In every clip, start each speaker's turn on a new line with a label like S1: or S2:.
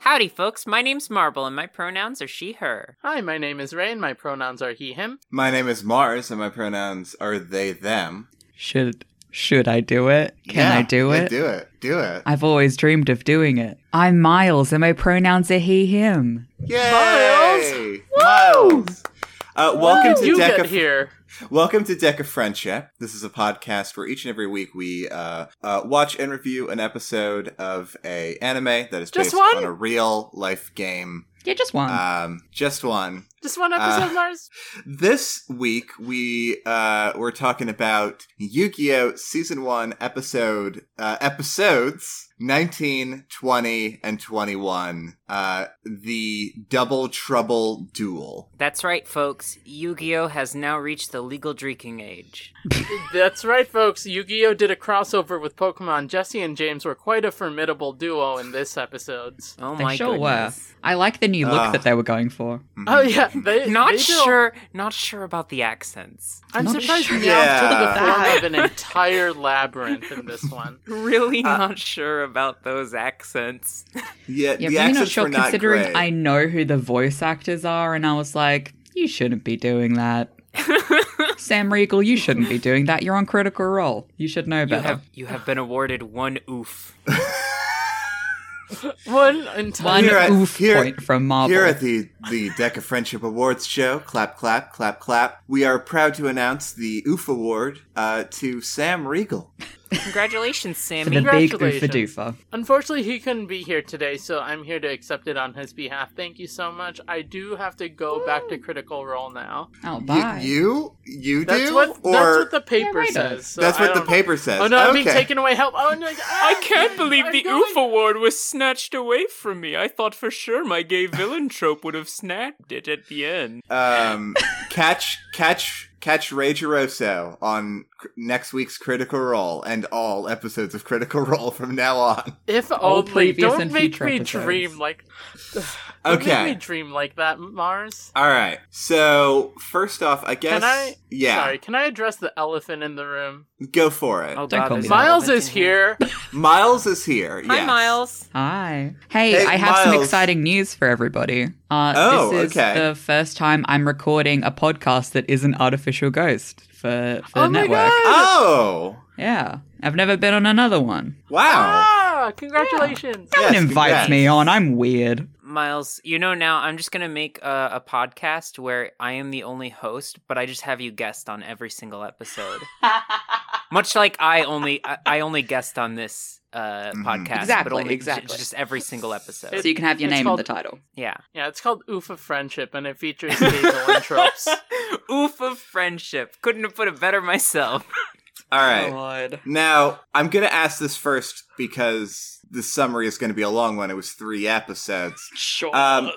S1: Howdy, folks. My name's Marble, and my pronouns are she, her.
S2: Hi, my name is Ray, and my pronouns are he, him.
S3: My name is Mars, and my pronouns are they, them.
S4: Should should I do it? Can
S3: Yeah,
S4: I do
S3: yeah,
S4: it?
S3: Do it. Do it.
S4: I've always dreamed of doing it. I'm Miles, and my pronouns are he, him.
S3: Yay! Miles. Uh, welcome to
S2: you
S3: Deck
S2: get
S3: of
S2: here.
S3: Welcome to Deck of Friendship. This is a podcast where each and every week we uh, uh, watch and review an episode of a anime that is
S2: Just
S3: based
S2: one?
S3: on a real life game.
S4: Yeah, just one.
S3: Um, just one.
S2: Just one episode,
S3: Uh,
S2: Mars.
S3: This week we uh, we're talking about Yu-Gi-Oh! Season One episode uh, episodes 19, 20, and 21. Uh, the Double Trouble Duel.
S1: That's right, folks. Yu Gi Oh! has now reached the legal drinking age.
S2: That's right, folks. Yu Gi Oh! did a crossover with Pokemon. Jesse and James were quite a formidable duo in this episode.
S3: Mm-hmm.
S1: Oh
S4: they
S1: my
S4: sure
S1: goodness.
S4: were. I like the new look
S3: Ah.
S4: that they were going for.
S3: Mm,
S2: Oh, yeah. They, they
S1: Not
S2: did a-
S1: sure. Not sure about the accents.
S2: I'm
S4: Not
S2: surprised
S4: sure.
S2: sure. Meowth took the
S3: Yeah.
S2: form of an entire labyrinth in this one.
S1: Really not sure about those accents.
S3: Yeah,
S4: Yeah,
S3: the
S4: really not
S3: accents
S4: sure
S3: were not
S4: considering
S3: great.
S4: I know who the voice actors are, and I was like, you shouldn't be doing that. Sam Riegel, you shouldn't be doing that. You're on Critical Role. You should know
S1: You
S4: better.
S1: have you have been awarded one oof.
S2: One entire.
S4: One
S3: Here at-
S4: oof
S3: here-
S4: point from Marvel.
S3: Here at the the Deck of Friendship Awards show, clap, clap, clap, clap. We are proud to announce the OOF Award uh, to Sam Riegel.
S1: Congratulations,
S4: for
S1: Sammy.
S4: the big oofa
S2: Congratulations.
S4: doofa.
S2: Unfortunately, he couldn't be here today, so I'm here to accept it on his behalf. Thank you so much. I do have to go back to Critical Role now.
S4: Oh,
S3: You,
S4: bye.
S3: you, you
S2: That's
S3: do,
S2: what
S3: or
S2: that's what the paper
S4: right on.
S2: says. so
S3: that's
S2: I
S3: what the
S2: don't-
S3: paper says.
S2: Oh no, I'm being
S3: Okay.
S2: taken away. Help! Oh no!
S1: I can't believe
S2: I'm
S1: the
S2: going-
S1: oof award was snatched away from me. I thought for sure my gay villain trope would have snapped it at the end.
S3: Um, catch, catch, catch Ray Geroso on cr- next week's Critical Role and all episodes of Critical Role from now on.
S2: If
S4: All
S2: only.
S4: previous
S2: Don't
S4: and
S2: make
S4: future
S2: me
S4: episodes.
S2: dream like. Don't
S3: Okay.
S2: Make me dream like that, Mars.
S3: All right. So first off, I guess.
S2: Can I?
S3: Yeah.
S2: Sorry. Can I address the elephant in the room?
S3: Go for
S1: Oh,
S3: it.
S4: Don't call me that.
S2: Miles is here.
S3: Miles is here.
S1: Hi,
S3: yes.
S1: Miles.
S4: Hi. Hey,
S3: Hey,
S4: I have some
S3: Miles.
S4: exciting news for everybody. Uh,
S3: Oh,
S4: this is
S3: okay.
S4: the first time I'm recording a podcast that is an artificial ghost for, for the
S2: Oh my
S4: network.
S2: God.
S3: Oh.
S4: Yeah. I've never been on another one.
S3: Wow.
S2: Ah! Congratulations.
S4: No
S3: Yes,
S4: one invites
S3: congrats.
S4: me on. I'm weird.
S1: Miles, you know now I'm just gonna make a, a podcast where I am the only host, but I just have you guest on every single episode. Much like I only I, I only guest on this uh,
S3: Mhm.
S1: podcast,
S4: Exactly,
S1: but only j-
S4: exactly.
S1: just every single episode.
S2: It-
S4: So you can have your
S2: it's
S4: name
S2: called-
S4: in the title.
S1: yeah,
S2: Yeah, it's called Oof of Friendship, and it features Hazel and tropes.
S1: Oof of friendship. Couldn't have put it better myself.
S3: All right. Now, I'm going to ask this first because the summary is going to be a long one. It was three episodes.
S2: Sure.
S3: Um,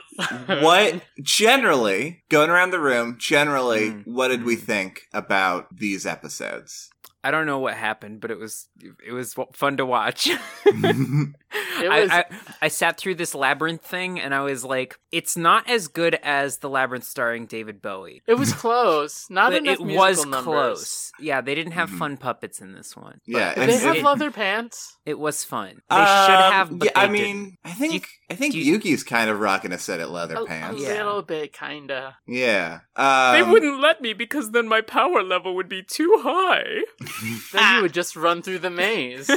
S3: what, generally, going around the room, generally,
S1: Mm.
S3: what did we think about these episodes?
S1: I don't know what happened, but it was it was fun to watch.
S3: Um,
S2: was-
S1: I, I, I sat through this labyrinth thing, and I was like, it's not as good as the labyrinth starring David Bowie.
S2: It was close. Not
S1: but
S2: enough
S1: it
S2: musical
S1: was
S2: numbers.
S1: close. Yeah, they didn't have
S3: Mhm.
S1: fun puppets in this one.
S3: yeah.
S2: Did
S3: and
S2: they have
S3: it-
S2: leather pants?
S1: It was fun. They
S3: um,
S1: should have, but
S3: yeah, I
S1: they
S3: mean,
S1: didn't.
S3: I think
S1: you-
S3: I think
S1: do you-
S3: Yuki's kind of rocking a set at leather
S2: A, a
S3: pants.
S1: yeah.
S2: little bit, kinda.
S3: Yeah. Um,
S1: let me because then my power level would be too high.
S2: Then you would just run through the maze.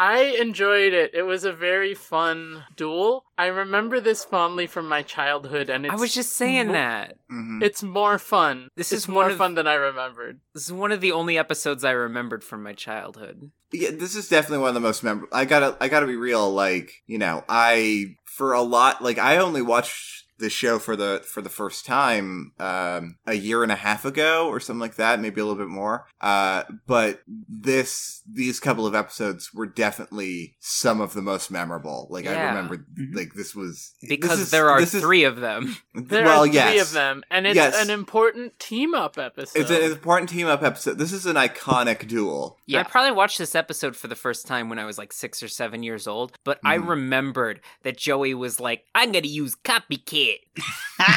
S2: I enjoyed it. It was a very fun duel. I remember this fondly from my childhood, and it's
S1: I was just saying that.
S3: mhm.
S2: it's more fun.
S1: This
S2: It's
S1: is
S2: more
S1: one of-
S2: fun than I remembered.
S1: This is one of the only episodes I remembered from my childhood.
S3: Yeah, this is definitely one of the most memorable. I gotta, I gotta be real. Like, you know, I for a lot, like, I only watched the show for the for the first time um a year and a half ago or something like that maybe a little bit more uh but this these couple of episodes were definitely some of the most memorable like i
S1: Yeah.
S3: remember
S4: Mhm.
S3: like this was this
S1: Because
S3: is-
S1: there are
S3: this is-
S1: three of them.
S2: There
S3: well
S2: are
S3: yes
S2: three of them, and it's
S3: Yes.
S2: an important team up episode.
S3: it's an important team up episode this is an iconic duel
S1: I probably watched this episode for the first time when I was like six or seven years old, but I
S3: Mhm.
S1: remembered that Joey was like, I'm gonna use copycat.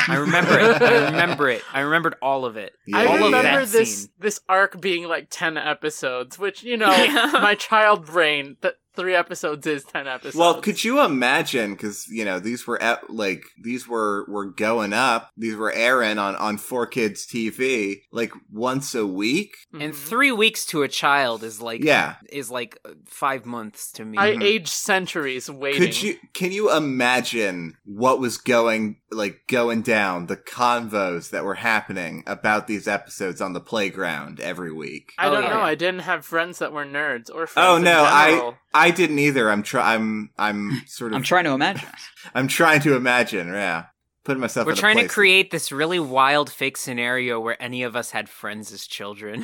S1: I remember it. I remember it. I remembered all of it.
S3: Yeah.
S2: I
S1: all
S2: remember
S1: of that
S2: this
S1: scene.
S2: this arc being like ten episodes, which you know,
S1: Yeah.
S2: my child brain that three episodes is ten episodes.
S3: Well, could you imagine? Because you know these were at, like these were were going up. These were airing on on four kids TV like once a week.
S1: And
S4: Mm-hmm.
S2: Mhm.
S1: three weeks to a child is like
S3: Yeah.
S1: is like uh, five months to me.
S2: I
S3: Mhm.
S2: aged centuries waiting.
S3: Could you can you imagine what was going like going down the convos that were happening about these episodes on the playground every week?
S2: I
S1: Oh,
S2: don't
S1: yeah.
S2: know. I didn't have friends that were nerds or friends.
S3: Oh
S2: in
S3: no, I
S2: general.
S3: I didn't either. I'm try I'm I'm sort of
S4: I'm
S3: I'm,
S4: trying to imagine.
S3: trying to imagine. Yeah, putting myself.
S1: We're
S3: in a
S1: trying to
S3: place-
S1: create this really wild fake scenario where any of us had friends as children.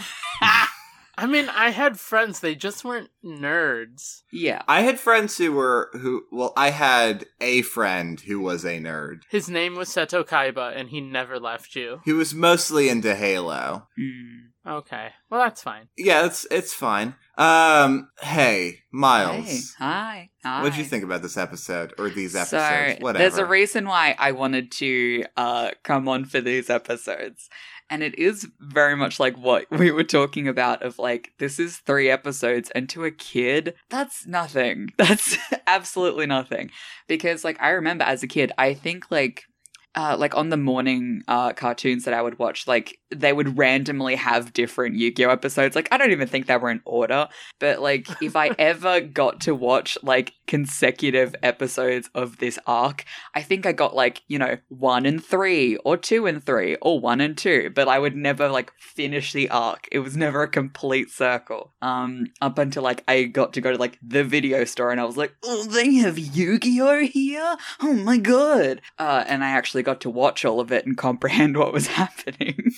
S2: I mean, I had friends. They just weren't nerds.
S4: Yeah.
S3: I had friends who were who well I had a friend who was a nerd.
S2: His name was Seto Kaiba, and he never left you.
S3: He was mostly into Halo.
S4: Mm.
S2: Okay, well that's fine.
S3: Yeah, it's it's fine. Um hey,
S4: Hey,
S3: Miles.
S4: hi. Hi.
S3: What did you think about this episode or these episodes?
S4: So,
S3: Whatever.
S4: There's a reason why I wanted to uh, come on for these episodes. And it is very much like what we were talking about of like, this is three episodes, and to a kid, that's nothing. That's absolutely nothing. Because, like, I remember as a kid, I think, like, uh, like on the morning uh, cartoons that I would watch, like they would randomly have different Yu Gi Oh episodes. Like I don't even think they were in order, but like if I ever got to watch like consecutive episodes of this arc, I think I got like you know one and three, or two and three, or one and two. But I would never like finish the arc. It was never a complete circle. Um, up until like I got to go to like the video store, and I was like, oh, they have Yu Gi Oh here. Oh my god! Uh, and I actually got to watch all of it and comprehend what was happening.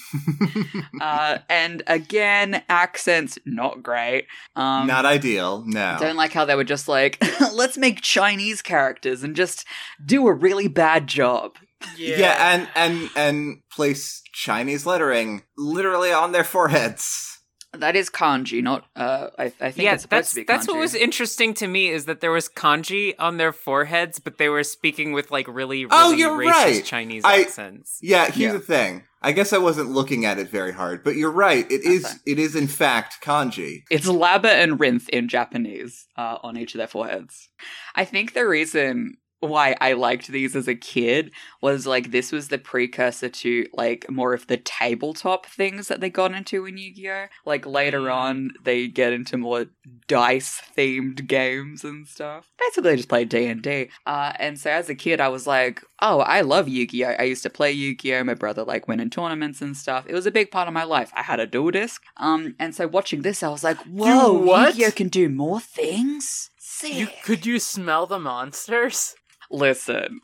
S4: uh, and again, accents not great. Um,
S3: Not ideal, no.
S1: Oh.
S4: don't like how they were just like, let's make Chinese characters and just do a really bad job.
S3: yeah. and and and place Chinese lettering literally on their foreheads.
S4: That is kanji, not. Uh, I, I think
S1: yeah,
S4: it's supposed
S1: that's
S4: to be kanji.
S1: that's what was interesting to me is that there was kanji on their foreheads, but they were speaking with like really, really
S3: Oh, you're
S1: racist
S3: right.
S1: Chinese
S3: I-
S1: accents.
S3: Yeah, here's
S4: Yeah.
S3: the thing. I guess I wasn't looking at it very hard, but you're right. It is
S4: Okay.
S3: it is in fact kanji.
S4: It's Laba and Rinth in Japanese uh, on each of their foreheads. I think the reason why I liked these as a kid was like this was the precursor to like more of the tabletop things that they got into in Yu Gi Oh! Like
S2: Mm.
S4: later on, they get into more dice themed games and stuff. Basically, I just played D and D. Uh, And so as a kid, I was like, oh, I love Yu Gi Oh! I used to play Yu Gi Oh! My brother like went in tournaments and stuff. It was a big part of my life. I had a dual disc. Um, and so watching this, I was like, whoa, Yu
S2: what?
S4: Gi Oh! can do more things. Sick.
S2: you could you smell the monsters?
S4: Listen,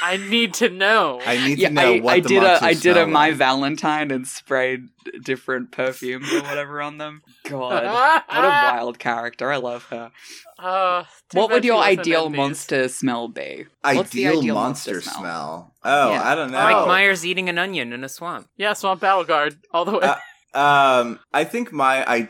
S2: I need to know.
S3: I need
S4: yeah,
S3: to know
S4: I,
S3: what
S4: I
S3: the
S4: did a
S3: monsters
S4: I did a
S3: smell
S4: my
S3: like.
S4: Valentine and sprayed different perfumes or whatever on them. God, what a wild character! I love her.
S2: Uh, too
S4: what
S2: bad
S4: would
S2: she
S4: your
S2: wasn't
S4: ideal
S2: in these.
S4: monster smell be? What's the
S3: ideal,
S4: ideal
S3: monster,
S4: monster
S3: smell?
S4: smell?
S3: Oh,
S4: Yeah.
S3: I don't know.
S1: Mike Myers eating an onion in a swamp.
S2: Yeah, Swamp Battle Guard all the way.
S3: Uh, Um, I think my I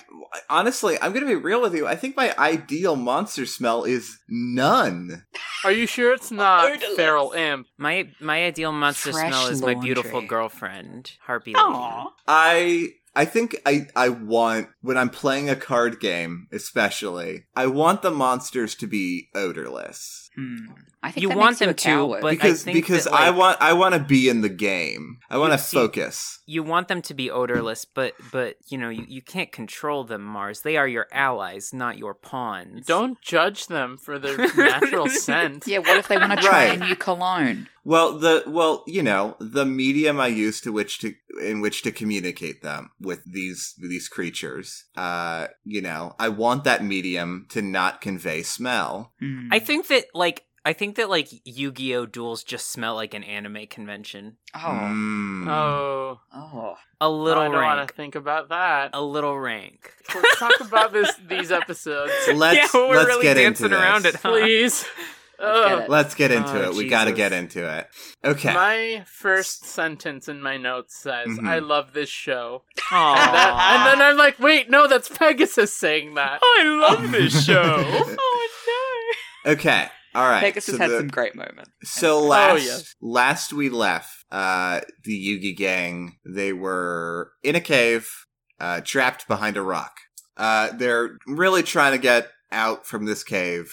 S3: honestly, I'm gonna be real with you. I think my ideal monster smell is none.
S2: Are you sure it's not
S4: Odorless.
S2: feral imp?
S1: My my ideal monster
S4: Fresh
S1: smell is my beautiful
S4: laundry.
S1: girlfriend, Harpy.
S4: Aw.
S1: Lee.
S3: I I think I I want when I'm playing a card game, especially, I want the monsters to be odorless
S4: Hmm. I think
S1: You
S4: that
S1: want
S4: makes you
S1: them
S4: a
S1: to,
S4: coward.
S1: but- I
S3: because
S1: think
S3: because
S1: that,
S3: I
S1: like-
S3: want I want to be in the game. I want to
S1: You see-
S3: focus.
S1: You want them to be odorless, but but you know you, you can't control them, Mars. They are your allies, not your pawns.
S2: Don't judge them for their natural scent.
S4: yeah, what if they want to try
S3: Right.
S4: a new cologne?
S3: Well, the well, you know, the medium I use to which to in which to communicate them with these these creatures. Uh, you know, I want that medium to not convey smell.
S4: Hmm.
S1: I think that like I think that like Yu-Gi-Oh duels just smell like an anime convention.
S4: oh,
S3: Mm.
S2: Oh,
S4: oh,
S1: A
S2: little
S1: little
S2: I don't want
S1: rank.
S2: to think about that.
S1: A little rank.
S2: Let's talk about this these episodes,
S3: Let's
S1: yeah, we're
S3: let's
S1: really
S3: get
S1: dancing
S3: into
S1: around
S3: this.
S1: it, huh?
S2: please. Ugh.
S4: it.
S3: Let's get into
S1: Oh,
S3: it. We got to
S1: Jesus.
S3: get into it. Okay.
S2: My first sentence in my notes says,
S3: Mhm.
S2: "I love this show,"
S1: Aw.
S2: and, that, and then I'm like, "Wait, no, that's Pegasus saying that."
S1: I love this show.
S4: oh
S3: okay. All right.
S4: Pegasus
S3: so
S4: had
S3: the-
S4: some great moments.
S3: So last
S2: yes.
S3: last we left, uh, the Yugi gang they were in a cave, uh, trapped behind a rock. Uh, they're really trying to get out from this cave.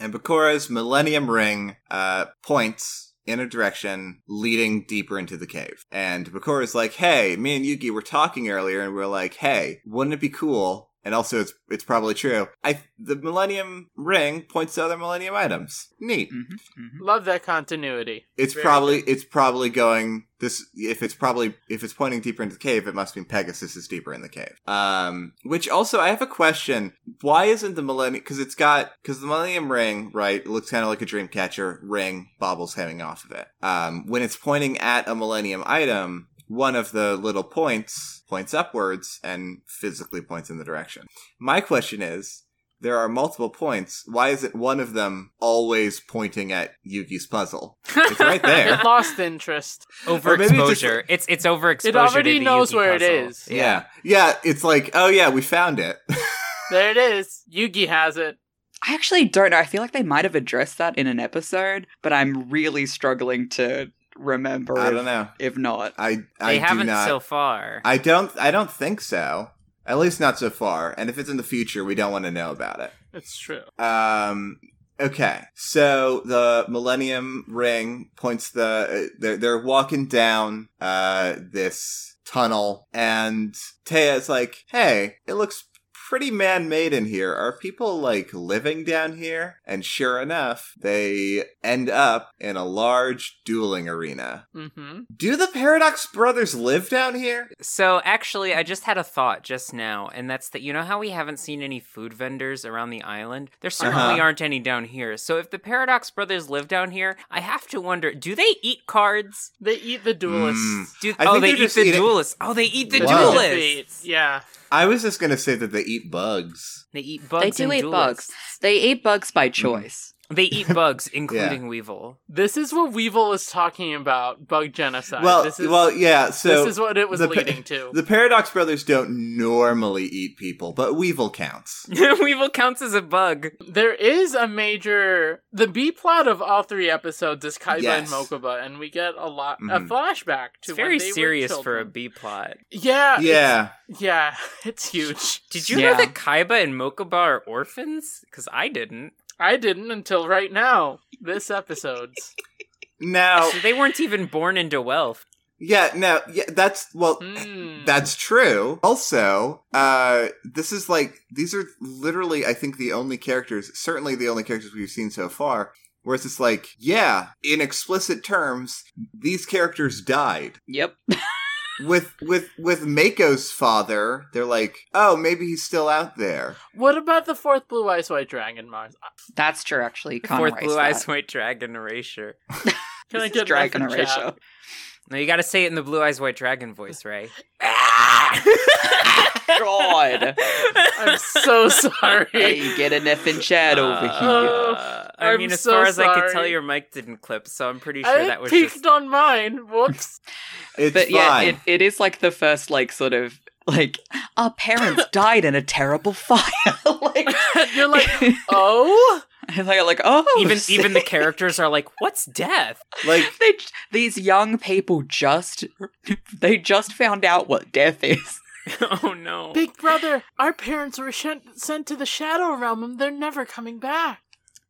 S3: And Bakura's Millennium Ring uh, points in a direction leading deeper into the cave. And Bakura's like, hey, me and Yugi were talking earlier and we are like, hey, wouldn't it be cool? And also, it's it's probably true. I the Millennium Ring points to other Millennium items. Neat.
S4: Mhm, mhm.
S2: Love that continuity.
S3: It's
S2: Very
S3: probably
S2: good.
S3: it's probably going this if it's probably if it's pointing deeper into the cave, it must mean Pegasus is deeper in the cave. Um, which also I have a question: Why isn't the Millennium? Because it's got because the Millennium Ring, right? It looks kind of like a dream catcher ring, baubles hanging off of it. Um, when it's pointing at a Millennium item, one of the little points points upwards and physically points in the direction. My question is. There are multiple points. Why isn't one of them always pointing at Yugi's puzzle? It's right there.
S2: It lost interest.
S3: Or maybe it's just-
S1: Overexposure. It's it's overexposure.
S2: It already
S1: to the
S2: knows
S1: Yugi
S2: where it
S1: puzzle.
S2: is.
S3: Yeah. Yeah, it's like, oh yeah, we found it.
S2: There it is. Yugi has it.
S4: I actually don't know. I feel like they might have addressed that in an episode, but I'm really struggling to remember
S3: I
S4: if,
S3: don't know.
S4: if not.
S3: I I
S1: They
S3: do
S1: haven't
S3: not,
S1: so far.
S3: I don't I don't think so. At least not so far. And if it's in the future, we don't want to know about it.
S2: It's true.
S3: Um okay. So the Millennium Ring points the uh, they're they're walking down uh this tunnel and Taya's like, "Hey, it looks pretty man-made in here. Are people like living down here?" And sure enough, they end up in a large dueling arena.
S2: Mm-hmm.
S3: Do the Paradox Brothers live down here?
S1: So actually, I just had a thought just now, and that's that you know how we haven't seen any food vendors around the island. There certainly
S3: Uh-huh.
S1: aren't any down here. So if the Paradox Brothers live down here, I have to wonder: do they eat cards?
S2: They eat the duelists.
S3: Mm.
S1: Do
S3: I
S1: oh
S3: think
S1: they
S3: they're
S1: eat
S3: just
S1: the
S3: eating-
S1: duelists? Oh they eat the
S3: Wow.
S1: duelists.
S2: Yeah.
S3: I was just going to say that they eat bugs.
S1: They eat bugs.
S4: do
S1: and
S4: eat bugs.
S1: duelists.
S4: They eat bugs by choice.
S1: They eat bugs, including Weevil.
S2: This is what Weevil is talking about, bug genocide.
S3: well,
S2: this is,
S3: well, yeah, so
S2: this is what it was
S3: the pa-
S2: leading to.
S3: The Paradox Brothers don't normally eat people, but Weevil counts.
S1: Weevil counts as a bug.
S2: there is a major the B plot of all three episodes is Kaiba and
S3: Yes.
S2: Mokuba, and we get a lot
S3: Mhm.
S2: a flashback
S1: It's
S2: to
S1: very
S2: when they were
S1: serious for a
S2: children.
S1: B plot.
S2: Yeah,
S3: Yeah.
S2: it's- yeah, it's huge.
S1: Did you
S4: Yeah.
S1: know that Kaiba and Mokuba are orphans? Because I didn't.
S2: I didn't until right now. This episode. Oh.
S3: Now,
S1: So they weren't even born into wealth.
S3: yeah, now, yeah, that's, well,
S2: Mm.
S3: that's true. Also, uh, this is like, these are literally, I think, the only characters, certainly the only characters we've seen so far, where it's just like, yeah, in explicit terms, these characters died.
S4: Yep.
S3: With, with, with Mako's father, they're like, oh, maybe he's still out there.
S2: What about the fourth blue eyes white dragon Mars?
S4: That's true, actually. You Can't
S1: Fourth
S4: erase
S1: blue
S4: that.
S1: eyes white dragon erasure.
S2: Can I
S4: This is
S2: get an
S4: dragon
S2: F in chat?
S4: erasure.
S1: No, you got to say it in the blue eyes white dragon voice, Ray.
S4: God.
S2: I'm so
S4: Hey,
S2: sorry.
S4: you get an F in chat over here.
S1: Uh, I
S2: I'm
S1: mean, as
S2: so
S1: far as I could
S2: sorry.
S1: tell, your mic didn't clip, so I'm pretty sure
S2: I
S1: that was
S2: peaked
S1: just.
S2: on mine. Whoops.
S3: It's
S4: but
S3: fine.
S4: yeah, it, it is like the first like sort of like our parents died in a terrible fire. like,
S2: You're like, oh,
S4: and they're like oh,
S1: Even
S4: sick.
S1: even the characters are like, "What's death?"
S3: like,
S4: they j- these young people just they just found out what death is.
S1: oh no!
S2: Big Brother, our parents were shen- sent to the Shadow Realm, and they're never coming back.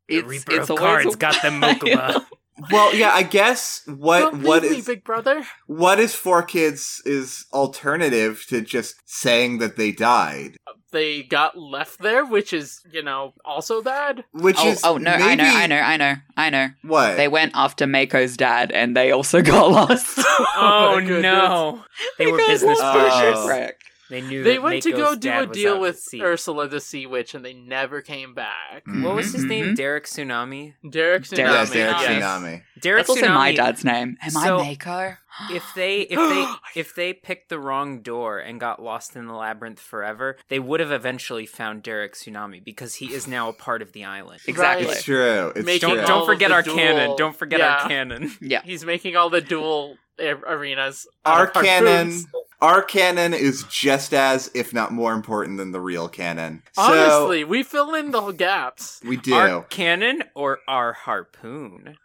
S1: The
S4: It's,
S1: Reaper
S4: it's
S1: of
S4: always
S1: cards
S4: a-
S1: got them
S4: I
S1: Mokuba.
S3: Well, yeah, I guess what
S2: Don't
S3: what
S2: leave
S3: is
S2: me, Big Brother.
S3: what is four kids is alternative to just saying that they died,
S2: They got left there, which is, you know, also bad.
S3: which
S4: Oh,
S3: is
S4: oh no! I know!
S3: maybe-
S4: I know! I know! I know!
S3: what
S4: They went after Mako's dad, and they also got lost.
S1: oh
S2: my goodness.
S1: no! They were
S4: got
S1: business
S4: lost in a
S3: partners.
S1: partners.
S4: shipwreck.
S1: They knew
S2: They
S1: that
S2: went to go
S1: Mako's
S2: do
S1: dad
S2: a
S1: was out
S2: deal
S1: at
S2: with
S1: sea.
S2: Ursula the Sea Witch, and they never came back.
S3: Mhm.
S1: What was his
S4: Mhm,
S1: name? Derek Tsunami.
S2: Derek Tsunami.
S3: Yeah,
S4: Derek Tsunami.
S3: Derek
S2: yes.
S3: Tsunami.
S1: Derek
S4: That's also my
S1: Tsunami-
S4: dad's name. Am
S1: So-
S4: I Mako?
S1: If they if they if they picked the wrong door and got lost in the labyrinth forever, they would have eventually found Derek Tsunami because he is now a part of the island.
S4: exactly.
S3: It's true. It's
S2: Making
S1: Don't
S3: true.
S2: all
S1: don't
S2: of
S1: forget
S2: the
S1: our
S2: dual-
S1: canon. Don't forget
S2: Yeah.
S1: our canon.
S4: Yeah.
S2: He's making all the dual a- arenas. out
S3: our
S2: of harpoons.
S3: canon, our canon is just as, if not more important than the real canon. So,
S2: Honestly, we fill in the gaps.
S3: we do.
S1: Our canon or our harpoon.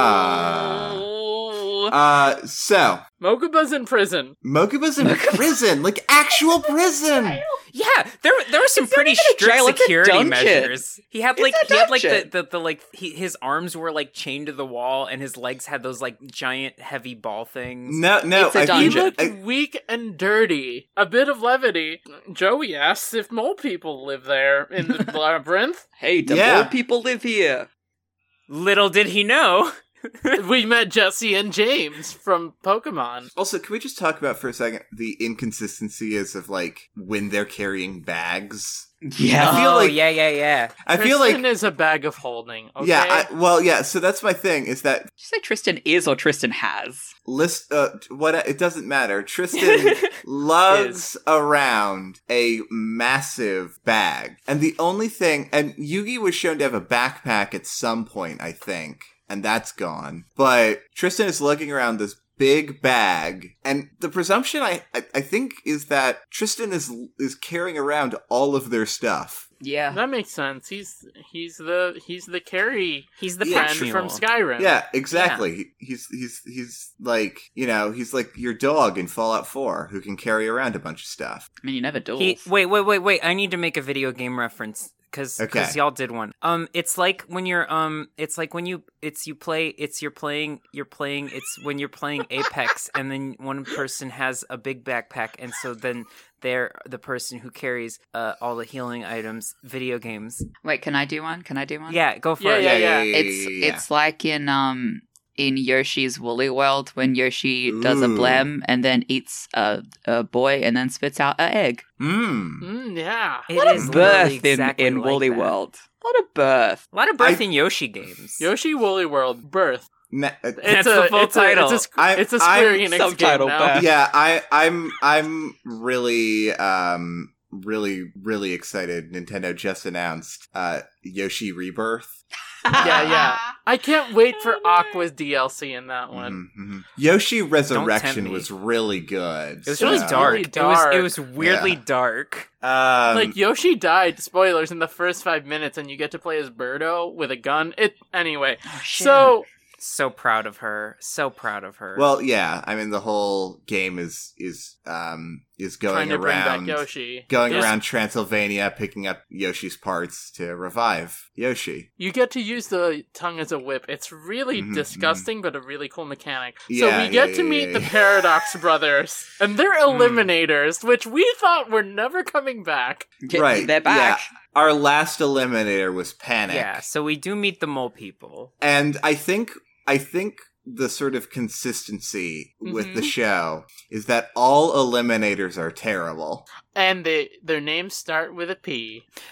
S3: ah.
S2: Oh.
S3: Uh, so
S2: Mokuba's in prison.
S3: Mokuba's in prison, like actual prison.
S1: Yeah, there there were some
S4: He's not
S1: pretty
S4: even a
S1: strict
S4: jail, it's a
S1: security
S4: dungeon.
S1: measures. He had
S4: It's
S1: like
S4: a
S1: he had like the,
S4: dungeon.
S1: the, the like he, his arms were like chained to the wall and his legs had those like giant heavy ball things.
S3: No, no,
S4: It's a
S3: I
S2: He
S3: think-
S4: dungeon.
S2: looked
S3: I-
S2: weak and dirty. A bit of levity. Joey asks if mole people live there in the labyrinth.
S4: Hey, do
S3: Yeah.
S4: more people live here?
S1: Little did he know.
S2: We met Jesse and James from Pokemon.
S3: also, can we just talk about for a second the inconsistency is of like when they're carrying bags?
S4: Yeah.
S3: I feel
S1: oh,
S3: like-
S1: yeah, yeah, yeah.
S3: I feel like
S2: Kristen is a bag of holding. Okay?
S3: yeah, I, well, yeah. So that's my thing is that
S4: Did you say Tristan is or Tristan has?
S3: list uh, what it doesn't matter. Tristan lugs around a massive bag, and the only thing and Yugi was shown to have a backpack at some point, I think, and that's gone. But Tristan is lugging around this big bag, and the presumption I I, I think is that Tristan is is carrying around all of their stuff.
S4: Yeah.
S2: that makes sense. He's he's the he's the carry
S1: He's the
S3: Yeah.
S2: friend
S1: patch
S2: from
S1: mule.
S2: Skyrim.
S3: Yeah, exactly. He He's he's he's like you know he's like your dog in Fallout Four who can carry around a bunch of stuff.
S4: I mean, you never do.
S1: He, wait, wait, wait, wait. I need to make a video game reference because
S3: Okay.
S1: y'all did one. Um, it's like when you're um, it's like when you it's you play it's you're playing you're playing it's when you're playing Apex and then one person has a big backpack and so then they're the person who carries uh, all the healing items. Video games.
S4: Wait, can I do one? Can I do one?
S1: Yeah, go for
S2: Yeah,
S1: it.
S2: yeah,
S4: It's
S3: yeah, yeah.
S4: it's like in um in Yoshi's Woolly World when Yoshi does a
S3: Ooh.
S4: blem and then eats a, a boy and then spits out an egg.
S3: Mm.
S2: Mm, yeah.
S1: It
S4: What
S1: is
S4: a
S1: literally
S4: birth
S1: exactly
S4: in, in
S1: like
S4: Woolly
S1: that.
S4: World. What a birth.
S1: A lot of birth
S3: I-
S1: in Yoshi games.
S2: Yoshi Woolly World Birth.
S3: Na- uh,
S1: That's the full
S2: it's
S1: title.
S2: A, it's a, squ-
S3: I-
S2: it's a
S3: I'm
S2: Square Enix
S4: subtitle
S2: game now.
S4: back.
S3: yeah, I I'm I'm really um really really excited. Nintendo just announced uh Yoshi Rebirth.
S2: Yeah, yeah. I can't wait for
S4: Oh, no.
S2: Aqua's DLC in that one.
S3: Mhm, mhm. Yoshi
S1: tempt
S3: Resurrection
S1: me.
S3: was really good.
S1: It was
S2: Yeah.
S1: really
S2: It was
S1: dark.
S2: really
S1: It was it was weirdly dark.
S3: Um,
S2: like Yoshi died, spoilers, in the first five minutes, and you get to play as Birdo with a gun. It anyway.
S4: Oh, shit.
S2: So
S1: So proud of her. So proud of her.
S3: Well, yeah. I mean, the whole game is is um is
S2: trying
S3: going
S2: to bring back
S3: around
S2: Yoshi,
S3: going
S2: There's-
S3: around Transylvania picking up Yoshi's parts to revive Yoshi.
S2: You get to use the tongue as a whip. It's really
S3: Mhm,
S2: disgusting, but a really cool mechanic. so
S3: Yeah,
S2: we get
S3: yeah,
S2: to
S3: yeah,
S2: meet
S3: yeah,
S2: the
S3: yeah. Hmm.
S2: Paradox Brothers, and they're eliminators, which we thought were never coming back.
S4: Get-
S3: right,
S4: They're back.
S3: Our last eliminator was Panic.
S1: yeah. So we do meet the mole people.
S3: And I think I think the sort of consistency with the show is that all eliminators are terrible.
S2: And they their names start with a P.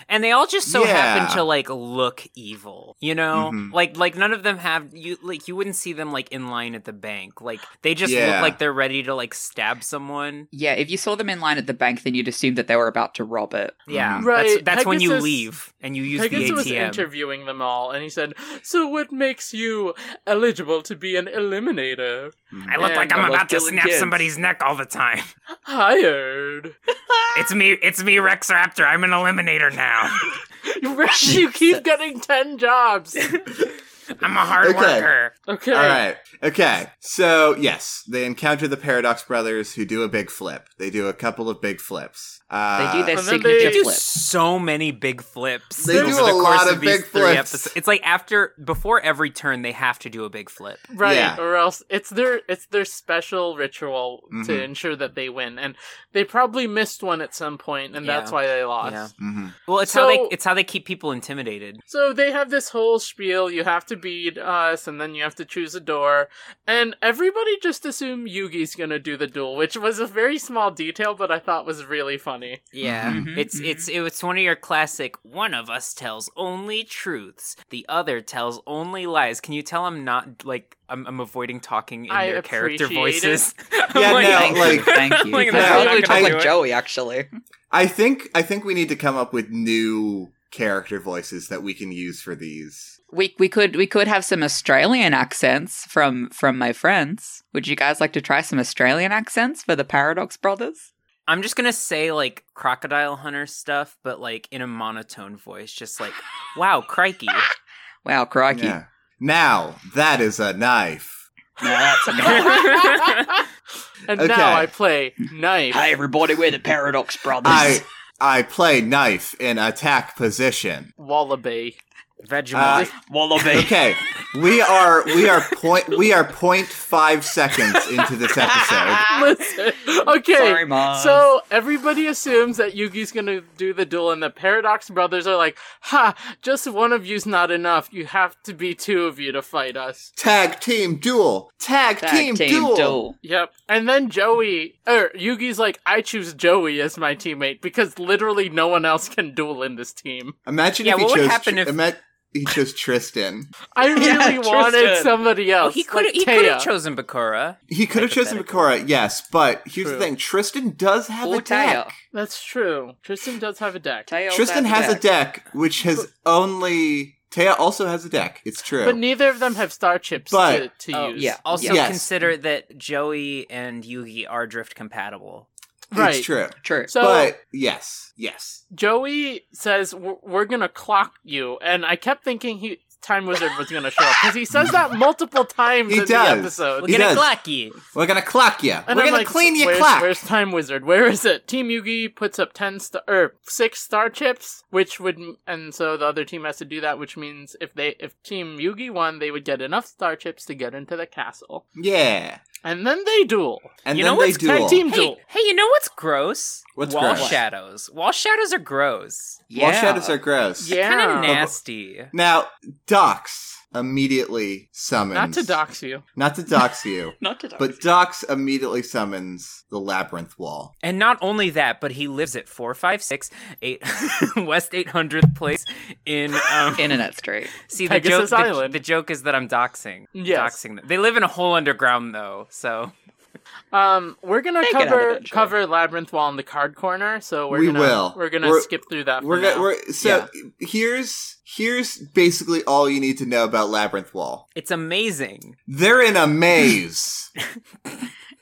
S1: and they all just so happen
S3: Yeah.
S1: to like look evil you know
S3: Mhm.
S1: like like none of them have you like you wouldn't see them like in line at the bank like they just
S3: Yeah.
S1: look like they're ready to like stab someone
S4: Yeah, if you saw them in line at the bank, then you'd assume that they were about to rob it.
S1: yeah
S3: Mhm.
S2: Right,
S1: that's, that's when you
S2: Pegasus-
S1: leave and you use
S2: Pegasus was
S1: the atm
S2: interviewing them all, and he said, "So what makes you eligible to be an eliminator?
S1: i look
S2: Yeah,
S1: like i'm
S4: I love
S1: about to
S4: killing
S1: snap
S4: kids.
S1: somebody's neck all the time
S2: Hired."
S1: it's me it's me rex raptor i'm an eliminator now
S2: Rex, you keep getting ten jobs.
S1: i'm a hard
S3: Okay.
S1: worker
S2: Okay.
S3: All right. Okay. So, yes, they encounter the Paradox Brothers who do a big flip. They do a couple of big flips. Uh,
S4: they do their
S2: and then
S4: signature
S1: They do
S4: flip.
S1: so many big flips.
S3: They
S1: over
S3: do
S1: the
S3: a
S1: course
S3: lot of
S1: these
S3: big
S1: three
S3: flips.
S1: episodes. It's like after, before every turn, they have to do a big flip.
S2: right
S3: Yeah.
S2: or else it's their it's their special ritual to
S3: Mhm.
S2: ensure that they win and they probably missed one at some point and that's
S1: Yeah.
S2: why they lost
S1: Yeah.
S3: Mhm.
S1: Well, it's how they
S2: So-
S1: it's how they keep people intimidated.
S2: so they have this whole spiel you have to beat us and then you have to choose a door and everybody just assume yugi's gonna do the duel which was a very small detail but i thought was really funny
S1: Yeah,
S4: Mhm.
S1: Mm-hmm.
S2: Mm-hmm.
S1: it's it's it's one of your classic. One of us tells only truths, the other tells only lies. Can you tell I'm not like I'm, I'm avoiding talking in
S2: I
S1: their character
S2: appreciate it.
S1: voices?
S3: Yeah, no,
S4: Thank you,
S3: like-
S4: thank you.
S1: Like,
S4: That's
S3: no,
S4: probably
S3: I-
S4: talk
S3: I-
S4: like Joey, actually.
S3: I think I think we need to come up with new character voices that we can use for these.
S4: We we could we could have some Australian accents from from my friends. Would you guys like to try some Australian accents for the Paradox Brothers?
S1: I'm just gonna say like crocodile hunter stuff, but like in a monotone voice, just like, "Wow, crikey!"
S4: Wow, crikey!
S3: Yeah. Now, that is a knife.
S2: and
S3: Okay.
S2: now i play knife
S4: Hey everybody, we're the Paradox Brothers.
S3: I I play knife in attack position.
S2: Wallaby.
S1: Vegemite.
S3: Uh,
S4: Wallaby.
S3: Okay, we are we are point we are point five seconds into this episode.
S2: Listen. Okay.
S4: Sorry, Mom.
S2: So everybody assumes that Yugi's gonna do the duel, and the Paradox Brothers are like, "Ha! Just one of you's not enough. You have to be two of you to fight us."
S3: Tag team duel. Tag, team, duel.
S2: Yep. And then Joey, or Yugi's like, "I choose Joey as my teammate because literally no one else can duel in this team."
S3: Imagine
S1: Yeah,
S3: if he
S1: what would
S3: chose.
S1: happen
S3: Tr-
S1: if-
S3: ima- he chose Tristan.
S2: I really wanted
S4: Tristan.
S2: somebody else.
S1: Oh, he could
S2: like
S1: have he
S2: Taya.
S1: could have chosen Bakura.
S3: He could have chosen
S1: Hypothetical.
S3: Bakura, yes, but here's
S2: True.
S3: the thing: Tristan does have
S4: Or
S3: a deck.
S4: Taya.
S2: That's true. Tristan does have a deck,
S4: Taya also
S3: Tristan
S4: has,
S3: has a deck which has only Taya also has a deck. It's true.
S2: but neither of them have star chips
S3: But-
S2: to, to
S1: Oh,
S2: use.
S4: yeah.
S1: Also
S3: Yes.
S1: consider that Joey and Yugi are drift compatible.
S3: it's
S2: right.
S3: true.
S4: True.
S2: So
S3: but yes, yes.
S2: Joey says "We're- we're gonna clock you, and I kept thinking he Time Wizard was gonna show up because he says that multiple times
S3: He
S2: in
S3: does.
S2: the episode.
S1: We're
S3: He
S1: gonna
S3: does.
S1: clock you.
S3: We're gonna clock you.
S2: And
S3: We're
S2: I'm
S3: gonna
S2: like,
S3: clean your
S2: where's,
S3: clock.
S2: Where's Time Wizard? Where is it? Team Yugi puts up ten star or six star chips, which would, and so the other team has to do that, which means if they if Team Yugi won, they would get enough star chips to get into the castle,
S3: Yeah.
S2: and then they duel.
S3: And
S1: You
S3: then
S1: know
S3: they
S1: what's
S3: duel.
S2: Tag team
S1: Hey,
S2: duel.
S1: hey, you know what's gross?
S3: What's
S1: Wall
S3: gross?
S1: shadows. Wall shadows are gross.
S3: Wall shadows are gross.
S2: Yeah.
S1: Kind of nasty.
S3: Now, Dox immediately summons
S2: Not to dox you.
S3: Not to dox you.
S4: Not to
S3: But Dox immediately summons the labyrinth wall.
S1: And not only that, but he lives at 456 eight, West 800th place in um
S4: Internet Street.
S1: see the joke
S2: Pegasus
S1: the-
S2: Island.
S1: The, joke is that I'm doxing.
S2: Yes.
S1: Doxing them. They live in a hole underground though. So
S2: Um, we're gonna
S4: They get out
S2: cover
S4: eventually.
S2: cover Labyrinth Wall in the card corner, so we're
S3: We
S2: gonna
S3: will.
S2: we're gonna
S3: We're-
S2: skip through that. For
S3: We're,
S2: now.
S3: go- we're so here's here's basically all you need to know about labyrinth wall.
S1: it's amazing.
S3: They're in a maze.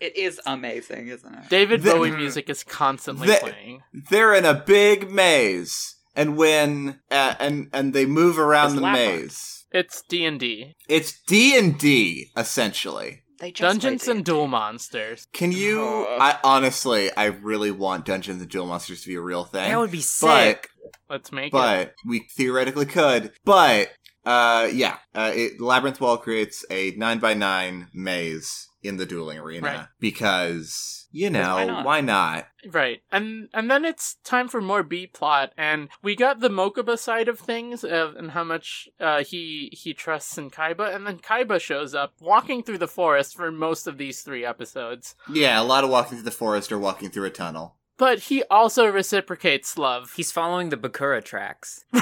S4: It is amazing, isn't it?
S2: David
S3: The-
S2: Bowie music is constantly
S3: The-
S2: playing.
S3: They're in a big maze, and when uh, and and they move around
S4: It's
S3: the
S4: labyrinth.
S3: maze.
S2: It's D and D,
S3: It's D and D essentially.
S4: They just
S2: Dungeons
S4: play
S2: and
S4: D&D.
S2: Duel Monsters.
S3: Can you?
S4: Ugh.
S3: I honestly, I really want Dungeons and Duel Monsters to be a real thing.
S1: That would be sick.
S2: Let's make it.
S3: but we theoretically could. But uh, yeah, uh, it, labyrinth wall creates a nine by nine maze in the dueling arena
S2: Right.
S3: because you know
S4: why not?
S3: why not?
S2: Right. And and then it's time for more B plot and we got the Mokuba side of things uh, and how much uh, he he trusts in Kaiba and then Kaiba shows up walking through the forest for most of these 3 episodes.
S3: Yeah, a lot of walking through the forest or walking through a tunnel.
S2: But he also reciprocates love.
S1: He's following the Bakura tracks.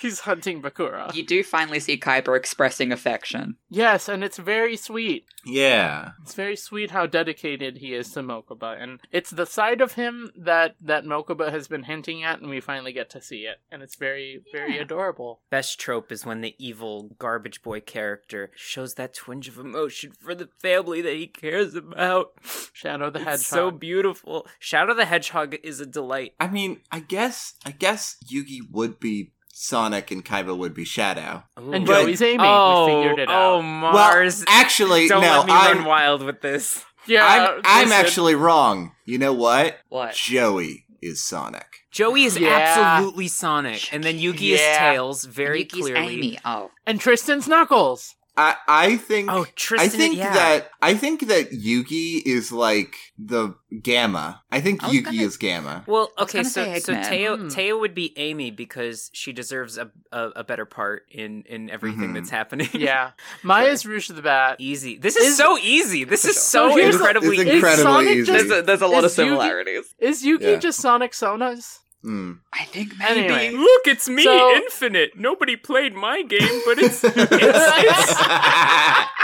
S2: He's hunting Bakura.
S4: You do finally see Kyber expressing affection.
S2: Yes, and it's very sweet.
S3: yeah,
S2: It's very sweet how dedicated he is to Mokuba and it's the side of him that that Mokuba has been hinting at and we finally get to see it and it's very very
S4: Yeah.
S2: adorable.
S1: Best trope is when the evil garbage boy character shows that twinge of emotion for the family that he cares about.
S2: Shadow the Hedgehog.
S1: It's so beautiful. Shadow the Hedgehog is a delight.
S3: I mean, I guess, I guess Yugi would be Sonic and Kaiba would be Shadow.
S2: And
S3: But-
S2: Joey's aiming.
S1: oh,
S2: we figured it
S1: oh,
S2: out.
S1: Mars.
S3: Well, actually,
S1: Don't
S3: no,
S1: let me
S3: I'm,
S1: run wild with this.
S2: Yeah,
S3: I'm, I'm
S2: listen,
S3: actually wrong. You know what?
S4: What?
S3: Joey is Sonic.
S1: Joey is
S2: Yeah.
S1: absolutely Sonic, and then Yugi
S2: Yeah.
S1: is Tails very
S4: Yuki's
S1: clearly.
S4: Amy. Oh.
S2: And Tristan's Knuckles.
S3: I I think
S1: Oh, Tristan.
S3: I think
S1: yeah.
S3: that I think that Yugi is like the gamma. I think
S4: I was
S3: Yugi
S4: gonna-
S3: is gamma.
S1: Oh, Well,
S4: I was
S1: okay,
S4: gonna
S1: so
S4: say
S1: so
S4: Eggman.
S1: Teo
S2: Hmm.
S1: Teo would be Amy because she deserves a a, a better part in in everything
S3: Mhm.
S1: that's happening.
S2: Yeah. Maya's Rouge the Bat.
S1: easy. This is,
S2: Is-
S1: so easy. This is
S2: So
S1: so
S2: here's the-
S1: incredibly
S3: It's
S1: easy.
S3: incredibly
S2: Sonic
S3: easy.
S2: just-
S4: There's a, there's a lot of
S2: Is Yugi-
S4: similarities.
S2: Is Yuki
S3: Yeah.
S2: just Sonic Sonas?
S3: Mm.
S4: I think maybe.
S2: Anyway.
S1: Look, it's me,
S2: So-
S1: Infinite. Nobody played my game, but it's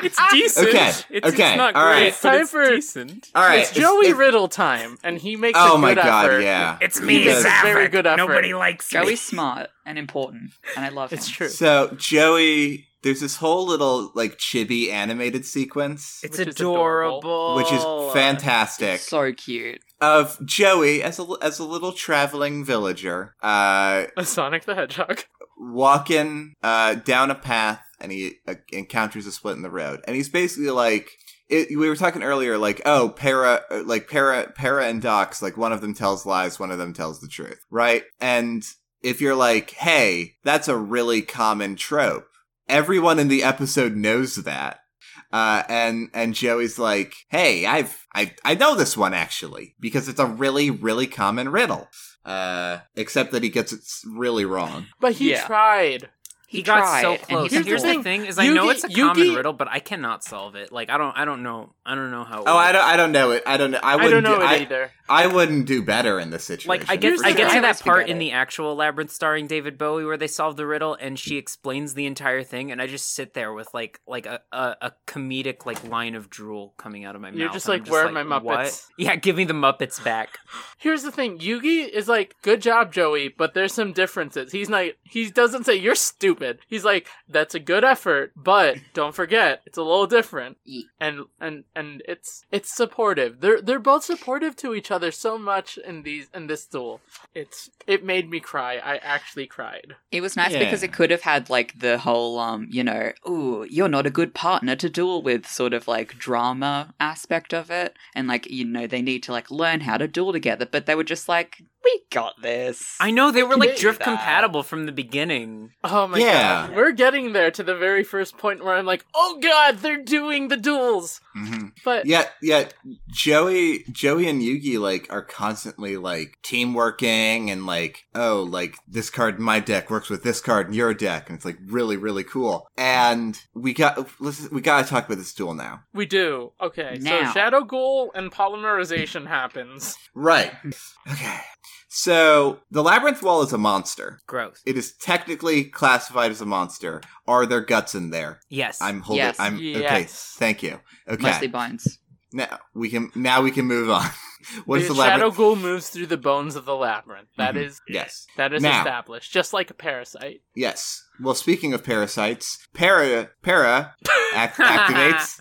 S1: it's decent.
S3: Okay,
S1: It's,
S3: okay,
S1: it's not
S3: all
S1: great,
S3: right.
S1: but
S2: Time
S1: it's
S2: for-
S1: decent.
S3: All right,
S2: it's Joey
S3: it's-
S2: Riddle time, and he makes a
S3: oh
S2: good
S3: my god,
S2: effort.
S3: yeah.
S1: It's
S3: me,
S1: me,
S3: Yes.
S2: Zaphod. Very
S1: Very
S2: good
S1: good
S2: effort.
S1: Nobody likes me.
S4: Joey's smart and important, and I love
S2: It's
S4: him.
S2: true.
S3: So Joey, there's this whole little like chibi animated sequence,
S1: It's
S2: Which is
S1: adorable.
S3: which is fantastic.
S4: So cute.
S3: of Joey as a as a little traveling villager, uh,
S2: A Sonic the Hedgehog.
S3: walking uh, down a path and he uh, encounters a split in the road and he's basically like it, we were talking earlier, like oh, para, like para, para and docs, like one of them tells lies, one of them tells the truth, right? And if you're like, hey, that's a really common trope. Everyone in the episode knows that. Uh, and and Joey's like, "Hey, I've I I know this one actually because it's a really really common riddle." Uh, except that he gets it s- really wrong.
S2: But he
S4: Yeah.
S2: tried.
S1: He, got so
S4: tried, and
S1: close.
S2: he
S1: Here's
S2: pulled.
S1: the thing: is I
S2: Yugi-
S1: know it's a
S2: Yugi-
S1: common riddle, but I cannot solve it. Like I don't, I don't know, I don't know how. it
S3: Oh, I
S1: works.
S3: don't I don't know it. I don't know. I
S2: I,
S3: wouldn't
S2: don't know
S3: do,
S2: it
S3: I,
S2: either.
S3: I wouldn't do better in this situation.
S1: Like I
S4: Here's
S1: get,
S4: the
S1: I get
S4: thing.
S1: to
S4: I
S1: that
S4: always
S1: part
S4: forget
S1: in
S4: it.
S1: the actual labyrinth starring David Bowie where they solve the riddle and she explains the entire thing, and I just sit there with like like a a, a comedic like line of drool coming out of my mouth.
S2: You're just
S1: and
S2: like,
S1: I'm
S2: "Where are my
S1: what?"
S2: Muppets?
S1: Yeah, give me the Muppets back.
S2: Here's the thing, Yugi is like, "Good job, Joey," but there's some differences. He's not. He doesn't say you're stupid. He's like, "That's a good effort, but don't forget, it's a little different."
S4: Yeah.
S2: And and and it's it's supportive. They're they're both supportive to each other so much in these in this duel. It's it made me cry. I actually cried.
S4: It was nice
S3: Yeah.
S4: because it could have had like the whole, um, you know, ooh, you're not a good partner to duel with sort of like drama aspect of it. And like, you know, they need to like learn how to duel together. But they were just like, we got this.
S1: I know they were like
S4: do
S1: drift
S4: that.
S1: compatible from the beginning.
S2: Oh my
S3: Yeah.
S2: god, we're getting there to the very first point where I'm like, "Oh god, they're doing the duels,"
S3: Mhm.
S2: but.
S3: Yeah, yeah. Joey, Joey, and Yugi like are constantly like team working and like oh like this card in my deck works with this card in your deck and it's like really really cool. And we got let's we gotta talk about this duel now,
S2: We do. Okay. So
S4: Now.
S2: Shadow Ghoul and polymerization happens.
S3: right? Okay. So the labyrinth wall is a monster.
S1: Gross.
S3: It is technically classified as a monster. Are there guts in there?
S1: Yes.
S3: I'm holding.
S4: Yes.
S3: I'm okay.
S2: Yes.
S3: Thank you. Okay.
S4: Mostly bones.
S3: now we can now we can move on. what is
S2: the
S3: the labyrinth?
S2: Shadow Ghoul moves through the bones of the labyrinth. That
S3: Mhm.
S2: is
S3: yes.
S2: that is
S3: Now.
S2: established, just like a parasite.
S3: Yes. Well, speaking of parasites, para para act- activates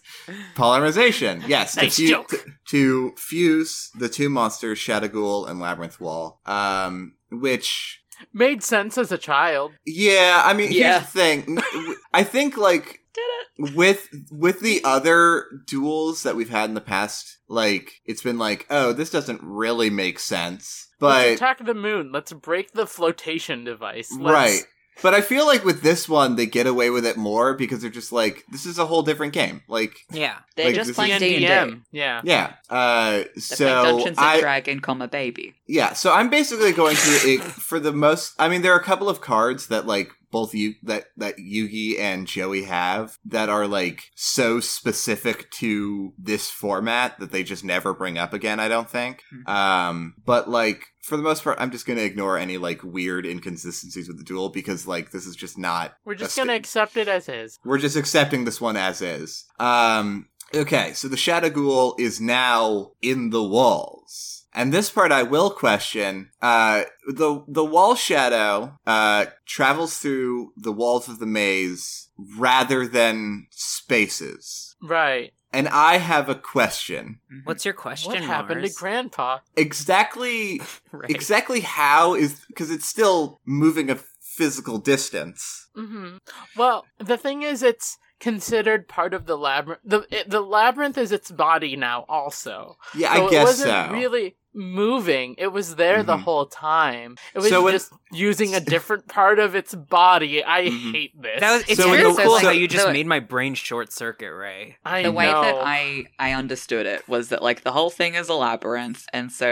S3: polymerization. Yes, to,
S1: Nice
S3: fu-
S1: joke.
S3: t- to fuse the two monsters, Shadow Ghoul and Labyrinth Wall. Um, which
S2: Made sense as a child.
S3: yeah, I mean,
S4: Yeah.
S3: here's the thing. I think like
S4: Did it.
S3: with with the other duels that we've had in the past, like it's been like, oh, this doesn't really make sense,
S2: Let's
S3: but
S2: attack the moon. Let's break the flotation device. Let's-
S3: right. But I feel like with this one, they get away with it more because they're just like, this is a whole different game. Like,
S1: yeah.
S4: They're
S3: Like,
S4: just
S3: this
S4: playing
S3: is-
S4: D&D. They're
S2: DNDM. Yeah.
S3: Yeah. Uh,
S4: playing
S3: so
S4: Dungeons and
S3: I
S4: Dragon, comma, baby.
S3: yeah. So I'm basically going through it for the most. I mean, there are a couple of cards that like both you that that Yugi and Joey have that are like so specific to this format that they just never bring up again. I don't think.
S4: Mhm.
S3: Um, but like for the most part, I'm just going to ignore any like weird inconsistencies with the duel because like this is just not
S2: We're just
S3: That's
S2: gonna
S3: good.
S2: accept it as is.
S3: we're just accepting this one as is. Um, okay, so the Shadow Ghoul is now in the walls. And this part I will question. Uh, the the wall shadow uh, travels through the walls of the maze rather than spaces.
S2: Right.
S3: And I have a question.
S4: Mhm.
S1: What's your question?
S2: what happened
S1: Mars?
S2: to Grandpa?
S3: Exactly
S1: Right.
S3: exactly how is because it's still moving a physical distance.
S2: hmm Well, the thing is, it's considered part of the labyrinth. The it, the labyrinth is its body now, also.
S3: Yeah,
S2: So
S3: I guess
S2: it wasn't
S3: so.
S2: really moving. It was there the
S3: Mhm.
S2: whole time. It was
S3: So it-
S2: just using a different part of its body. I
S3: Mhm.
S2: hate this.
S1: That was, it's
S3: So
S1: weird
S3: in the
S1: though
S3: wall-
S1: how you
S4: so-
S1: just
S4: so-
S1: made my brain short circuit, Ray.
S2: I
S4: the way
S2: know.
S4: that I I understood it was that like the whole thing is a labyrinth, and so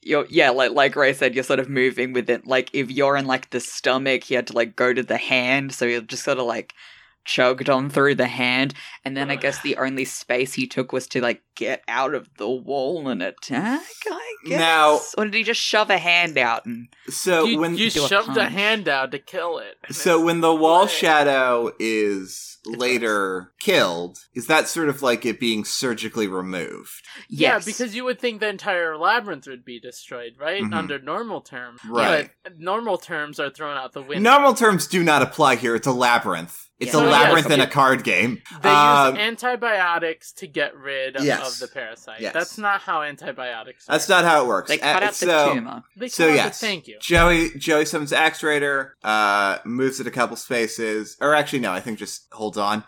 S4: you're yeah like like Ray said, you're sort of moving within. Like if you're in like the stomach, you had to like go to the hand, so you're just sort of like chugged on through the hand, and then I guess the only space he took was to like get out of the wall and attack. I guess.
S3: Now-
S4: or did he just shove a hand out and
S3: So
S2: you,
S3: when
S2: you
S4: Do a
S2: shoved a
S4: punch.
S2: hand out to kill it. and
S3: So
S2: it's-
S3: when the wall
S2: Right.
S3: shadow is later killed, is that sort of like it being surgically removed?
S2: yeah,
S4: Yes.
S2: because you would think the entire labyrinth would be destroyed, right?
S3: Mhm.
S2: Under normal terms,
S3: Right.
S2: But normal terms are thrown out the window.
S3: Normal terms do not apply here. It's a labyrinth. It's
S4: Yeah.
S3: a
S4: So,
S3: labyrinth
S2: yes,
S3: in a
S2: it-
S3: card game.
S2: Oh, They
S3: Um,
S2: use antibiotics to get rid of,
S3: Yes.
S2: of the parasite.
S3: Yes.
S2: That's not how antibiotics.
S3: That's
S2: work.
S3: not how it works.
S4: they
S3: Uh,
S4: cut out
S3: so-
S4: the tumor.
S2: They
S3: So
S2: come out to
S3: yes,
S2: thank you.
S3: Joey Joey summons Axe Raider, uh, moves it a couple spaces, or actually no, I think just holds on.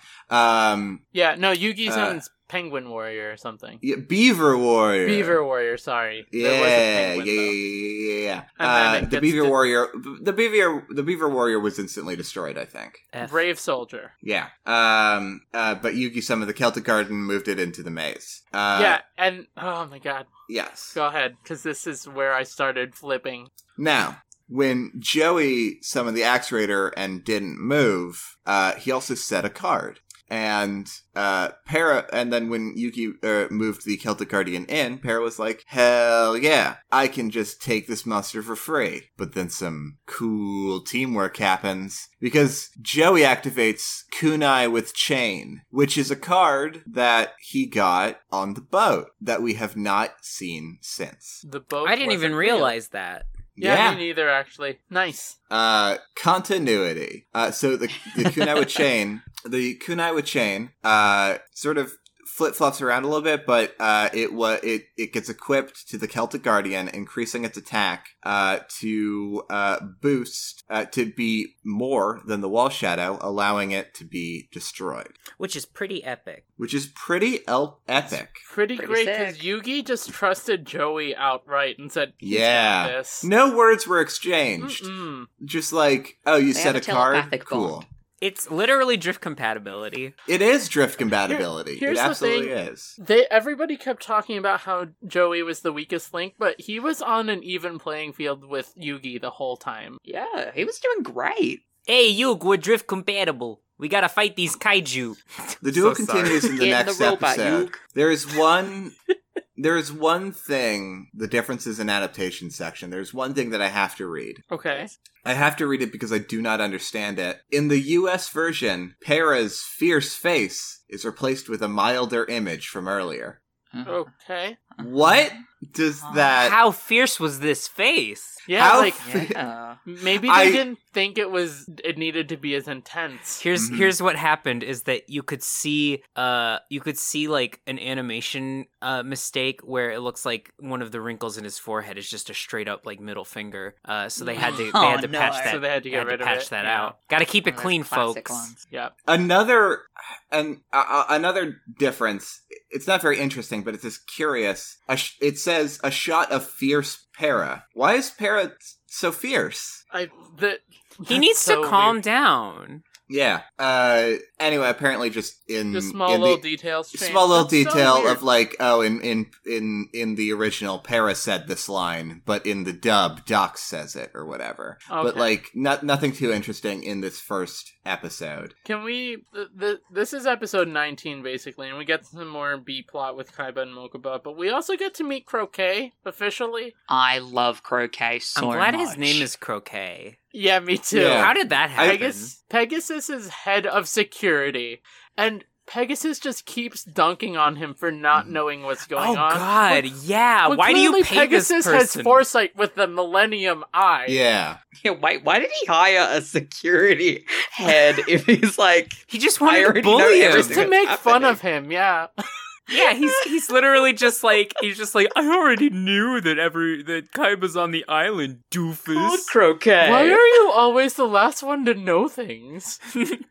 S3: Um,
S2: Yeah, no, Yugi
S3: Uh,
S2: summons Penguin Warrior or something.
S3: Yeah, Beaver Warrior.
S2: Beaver Warrior, sorry.
S3: Yeah,
S2: there was a penguin,
S3: yeah, yeah,
S2: though.
S3: yeah, yeah, yeah.
S2: And then
S3: Uh,
S2: it
S3: the
S2: gets
S3: Beaver
S2: to-
S3: Warrior, the Beaver, the Beaver Warrior was instantly destroyed. I think.
S1: F.
S2: Brave Soldier.
S3: Yeah. Um. Uh. But Yugi, some of the Celtic Garden moved it into the maze. Uh,
S2: yeah, and oh my god,
S3: Yes.
S2: go ahead, because this is where I started flipping.
S3: Now, when Joey summoned the Axe Raider and didn't move, uh, he also set a card. And uh, Para, and then when Yuki uh, moved the Celtic Guardian in, Para was like, "Hell yeah, I can just take this monster for free." But then some cool teamwork happens because Joey activates Kunai with Chain, which is a card that he got on the boat that we have not seen since.
S2: The boat.
S1: I didn't even
S2: wasn't real.
S1: realize that.
S2: Yeah, me neither. Actually, nice.
S3: uh, continuity. Uh, so the, the kunaiwa chain, the kunaiwa chain, uh, sort of flip flops around a little bit, but uh, it wa- it it gets equipped to the Celtic Guardian, increasing its attack uh, to uh, boost uh, to be more than the Wall Shadow, allowing it to be destroyed,
S1: which is pretty epic.
S3: which is pretty el- epic.
S2: Pretty,
S4: Pretty
S2: great because
S4: sick.
S2: Yugi just trusted Joey outright and said, "He's got
S3: Yeah.
S2: this."
S3: No words were exchanged.
S2: Mm-mm.
S3: Just like, oh, you
S4: They
S3: set a
S4: have a
S3: card.
S4: telepathic
S3: Cool.
S4: bond.
S1: It's literally drift compatibility.
S3: It is drift compatibility.
S2: here's
S3: it
S2: the
S3: absolutely
S2: thing.
S3: is.
S2: They everybody kept talking about how Joey was the weakest link, but he was on an even playing field with Yugi the whole time.
S4: Yeah, he was doing great.
S1: Hey, Yuke, we're drift compatible. We gotta fight these kaiju.
S3: The duel
S1: So sorry.
S3: continues in the
S4: Get in
S3: next
S4: the robot,
S3: episode.
S4: Yuke.
S3: There is one. there is one thing. The differences in adaptation section. There's one thing that I have to read.
S2: Okay.
S3: I have to read it because I do not understand it. In the U.S. version, Para's fierce face is replaced with a milder image from earlier.
S4: Uh,
S2: Okay.
S3: What does that?
S1: How fierce was this face?
S2: Yeah,
S3: How
S2: like
S4: Yeah.
S2: maybe they
S3: I-
S2: didn't think it was it needed to be as intense.
S1: Here's
S3: Mhm.
S1: here's what happened is that you could see uh you could see like an animation uh mistake where it looks like one of the wrinkles in his forehead is just a straight up like middle finger. Uh so they had to they had
S4: Oh,
S1: to
S4: no.
S1: patch that.
S2: so they had
S1: they
S2: to get
S1: had to
S2: rid of
S1: patch
S2: it.
S1: that
S2: Yeah.
S1: out. Got to keep it
S4: One of those
S1: clean,
S4: classic
S1: folks.
S4: ones.
S2: Yep.
S3: another an, uh, another difference it's not very interesting but it's just curious a sh- it says a shot of fierce para why is para t- so fierce
S2: I the
S1: He needs to calm down.
S3: yeah uh anyway apparently just Mm, in
S2: the small
S3: in
S2: little
S3: the,
S2: details. change.
S3: small little
S2: That's so
S3: detail
S2: weird.
S3: of like oh in in in in the original para said this line but in the dub doc says it or whatever but
S2: Okay.
S3: like not nothing too interesting in this first episode
S2: Can we? th th this is episode 19, basically, and we get some more B plot with Kaiba and Mokuba, but we also get to meet Croquet officially.
S4: I love croquet so
S1: I'm glad his
S4: much.
S1: name is Croquet.
S2: Yeah, me too.
S3: Yeah.
S1: How did that happen?
S2: Pegasus, Pegasus is head of security, and Pegasus just keeps dunking on him for not
S3: Mm.
S2: knowing what's going
S1: oh
S2: on.
S1: God!
S2: But-
S1: yeah.
S2: but
S1: Why do you
S2: clearly
S1: pay
S2: Pegasus
S1: this person?
S2: has foresight with the Millennium Eye.
S3: yeah
S4: Yeah, why, why did he hire a security head if he's like,
S1: he just
S4: I
S1: wanted to
S4: already know
S1: bully him.
S2: Just
S4: everything.
S2: to make
S4: Happening.
S2: fun of him, yeah.
S1: yeah, he's he's literally just like he's just like I already knew that every that Kaiba's on the island, doofus.
S4: croquet?
S2: Why are you always the last one to know things?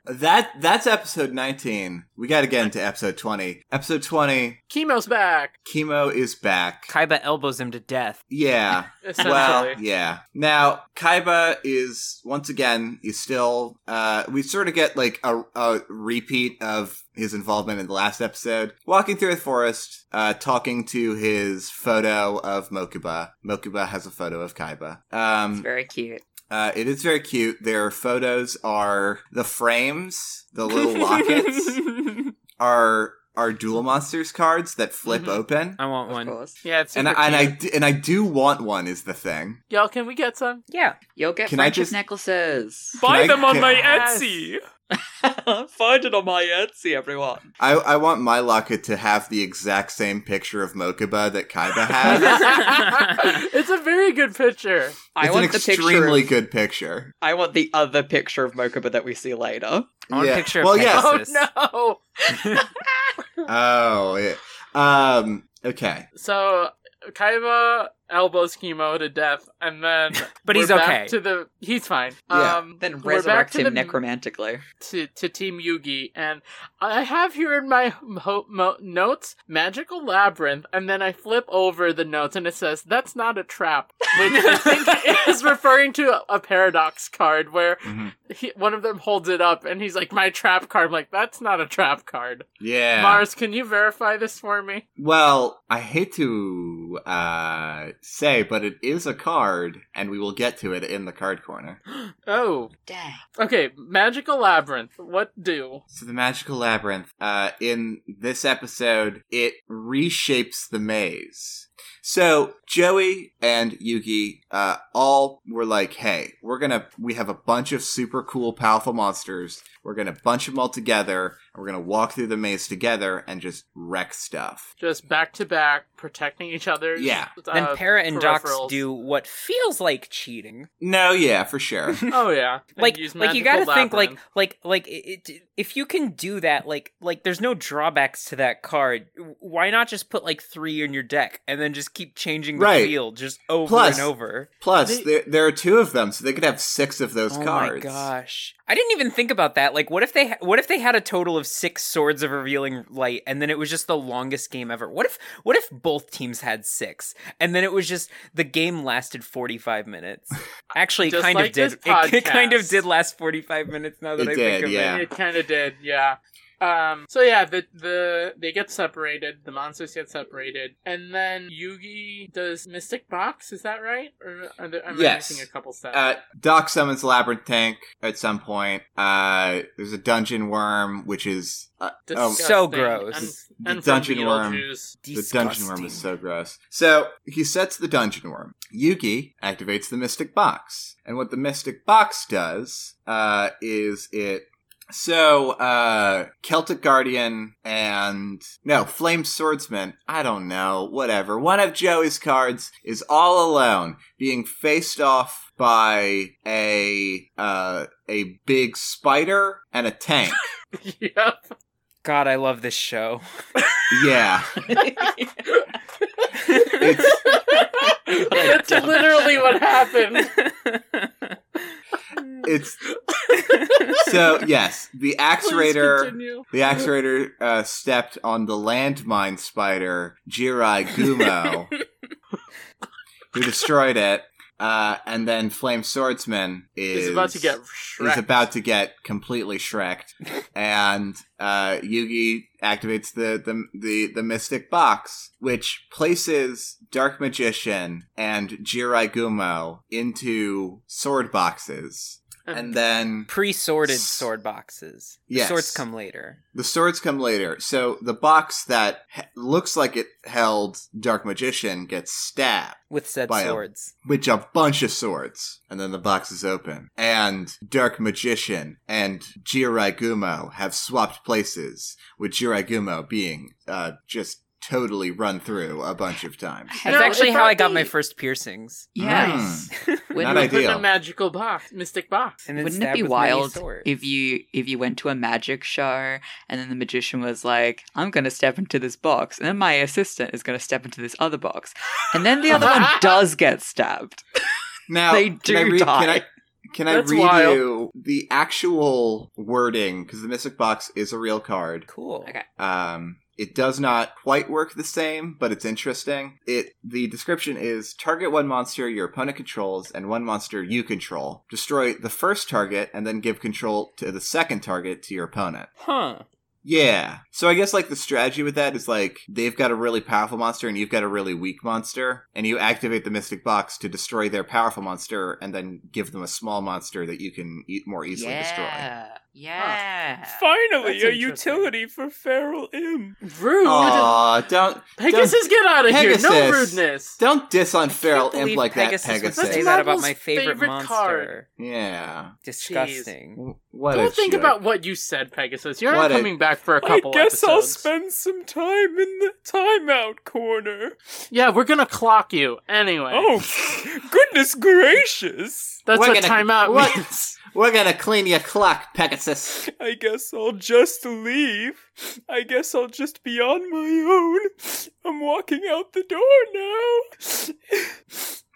S3: That that's episode 19. We got to get into episode 20. Episode 20,
S2: Chemo's back,
S3: Chemo is back.
S1: Kaiba elbows him to death.
S3: Yeah.
S2: essentially.
S3: Well, yeah. Now, Kaiba is once again is still uh we sort of get like a, a repeat of his involvement in the last episode. Walking through the forest, uh talking to his photo of Mokuba. Mokuba has a photo of Kaiba.
S4: It's
S3: Um
S4: very cute.
S3: uh, it is very cute. Their photos are the frames, the little lockets. are are dual monsters cards that flip
S2: Mhm.
S4: Mm-hmm.
S3: open.
S1: I want
S4: Of
S1: one.
S4: course.
S2: yeah, it's
S3: And I,
S2: super
S3: and I
S2: cute.
S3: d- and I do want one is the thing.
S2: Y'all, can we get some?
S1: Yeah,
S4: You'll get
S3: Can I
S4: friendship
S3: just-
S4: necklaces.
S3: Buy I them on my
S2: Yes. Etsy.
S4: Find it on my Etsy, everyone.
S3: I, I want my locket to have the exact same picture of Mokuba that Kaiba has.
S2: it's a very good picture.
S4: I
S3: it's
S4: want
S3: an
S4: the picture.
S3: extremely
S4: Of,
S3: good picture.
S4: I want the other picture of Mokuba that we see later.
S1: I want
S3: Yeah.
S1: a picture of
S3: Well, yeah.
S2: Oh
S1: Pegasus.
S2: no!
S3: Oh, yeah. um, okay.
S2: So Kaiba elbows chemo to death, and then
S1: But
S2: we're
S1: he's
S2: back
S1: okay.
S2: To the he's fine.
S3: Yeah.
S2: Um,
S4: Then
S2: we're back
S4: resurrect
S2: to
S4: him
S2: the-
S4: necromantically.
S2: to, to Team Yugi, and I have here in my ho- mo- notes Magical Labyrinth, and then I flip over the notes and it says, That's not a trap, which I think is referring to a, a paradox card where
S4: Mm-hmm.
S3: Mhm.
S2: he, one of them holds it up and he's like, My trap card. I'm like, That's not a trap card.
S3: Yeah.
S2: Mars, can you verify this for me?
S3: Well, I hate to uh, say, but it is a card, and we will get to it in the card corner.
S2: Oh,
S4: Dang.
S2: okay. Magical Labyrinth, what do?
S3: So, the Magical Labyrinth, uh, in this episode, it reshapes the maze. So, Joey and Yugi uh, all were like, hey, we're gonna, we have a bunch of super cool, powerful monsters. We're gonna bunch them all together, and we're gonna walk through the maze together and just wreck stuff.
S2: Just back to back, protecting each uh, other.
S3: Yeah.
S1: Then Para and Dox
S2: peripherals.
S1: do what feels like cheating.
S3: No, yeah, for sure.
S2: Oh, yeah. And
S1: like
S2: use
S1: like you gotta
S2: Magical
S1: think like
S2: Labyrinth.
S1: like like it, it- if you can do that like like there's no drawbacks to that card W- why not just put like three in your deck and then just keep changing the
S3: Right.
S1: field just over
S3: Plus-
S1: and over
S3: Plus,
S2: They-
S3: there, there are two of them, so they could have six of those
S1: oh
S3: cards.
S1: my gosh i didn't even think about that like what if they ha- what if they had a total of six swords of revealing light and then it was just the longest game ever what if what if both teams had six and then it was just the game lasted 45 minutes actually it
S2: Just
S1: kind
S2: like
S1: of did
S2: this
S1: it, it kind of
S2: podcast.
S1: did last 45 minutes now that
S3: It
S1: i
S3: did,
S1: think of
S3: yeah.
S1: it
S2: It kind of did, yeah. Um, so yeah, the the they get separated, the monsters get separated, and then Yugi does Mystic Box. Is that right? Or are there, am
S3: Yes.
S2: I missing a couple steps?
S3: Uh, Doc summons Labyrinth Tank at some point. Uh, there's a dungeon worm, which is uh, oh,
S2: Disgusting.
S1: So gross.
S2: And, and
S3: The dungeon
S2: from
S3: worm.
S2: Beetlejuice.
S3: the dungeon worm is so gross. So he sets the dungeon worm. Yugi activates the Mystic Box, and what the Mystic Box does uh, is it. So, uh, Celtic Guardian and, no, Flame Swordsman, I don't know, whatever. One of Joey's cards is all alone, being faced off by a, uh, a big spider and a tank.
S2: yep.
S1: God, I love this show.
S3: yeah. It's,
S2: That's literally what happened.
S3: it's, so yes, the Axe
S2: Please
S3: Raider.
S2: continue.
S3: The Axe Raider uh, stepped on the landmine spider, Jirai Gumo, who destroyed it. Uh, and then Flame Swordsman is
S2: He's about to get Shrek.
S3: is about to get completely shreked. and uh, Yugi activates the, the the the Mystic Box, which places Dark Magician and Jirai Gumo into sword boxes. And then
S1: Pre-sorted
S3: S-
S1: sword boxes. The
S3: Yes.
S1: Swords come later.
S3: The swords come later. So the box that h looks like it held Dark Magician gets stabbed
S1: With said
S3: By a-
S1: swords.
S3: with a bunch of swords. And then the box is open. And Dark Magician and Jirai Gumo have swapped places, with Jirai Gumo being uh, just totally run through a bunch of times.
S4: Has
S1: That's
S2: No,
S1: actually
S2: it
S1: how I got
S4: probably-
S1: my first piercings.
S4: Yes. When
S3: Not
S2: We
S4: we-
S2: put in a
S3: ideal.
S2: magical box, Mystic Box.
S1: And then
S4: Wouldn't it
S1: stabbed
S4: be
S1: with many
S4: wild
S1: swords.
S4: if you if you went to a magic show and then the magician was like, "I'm going to step into this box," and then my assistant is going to step into this other box, and then the other one does get stabbed.
S3: Now,
S4: They
S3: can I
S4: do
S3: read, Can
S4: die.
S3: I, can I
S2: That's
S3: read
S2: wild.
S3: you the actual wording? Because the Mystic Box is a real card.
S1: Cool.
S4: Okay.
S3: Um, it does not quite work the same, but it's interesting. It the description is target one monster your opponent controls and one monster you control. Destroy the first target and then give control to the second target to your opponent.
S1: Huh.
S3: Yeah. So I guess like the strategy with that is like they've got a really powerful monster and you've got a really weak monster, and you activate the Mystic Box to destroy their powerful monster and then give them a small monster that you can eat more easily destroy.
S4: yeah.
S1: Finally,
S2: That's a interesting. utility
S1: for Feral Im.
S2: Rude.
S3: Aw, don't
S2: Pegasus, get out of here. No
S3: Pegasus.
S2: rudeness.
S3: don't diss on Feral
S1: Feral
S3: Imp like
S1: Pegasus
S3: that,
S1: would
S3: Pegasus.
S1: say
S2: That's
S1: that about
S2: Marvel's
S1: my favorite,
S2: favorite
S1: monster.
S2: card.
S3: Yeah.
S1: Disgusting.
S3: W- What a
S2: Don't think
S3: joke.
S2: about what you said, Pegasus. You're
S3: What
S2: not
S3: a-
S2: coming back for a couple episodes.
S1: some time in the timeout corner.
S2: Yeah, we're gonna clock you anyway.
S1: Oh, goodness gracious.
S2: that's
S3: We're
S2: what
S3: gonna-
S2: timeout
S3: what?
S2: means.
S3: We're gonna clean your clock, Pegasus.
S5: I guess I'll just leave. I guess I'll just be on my own. I'm walking out the door now.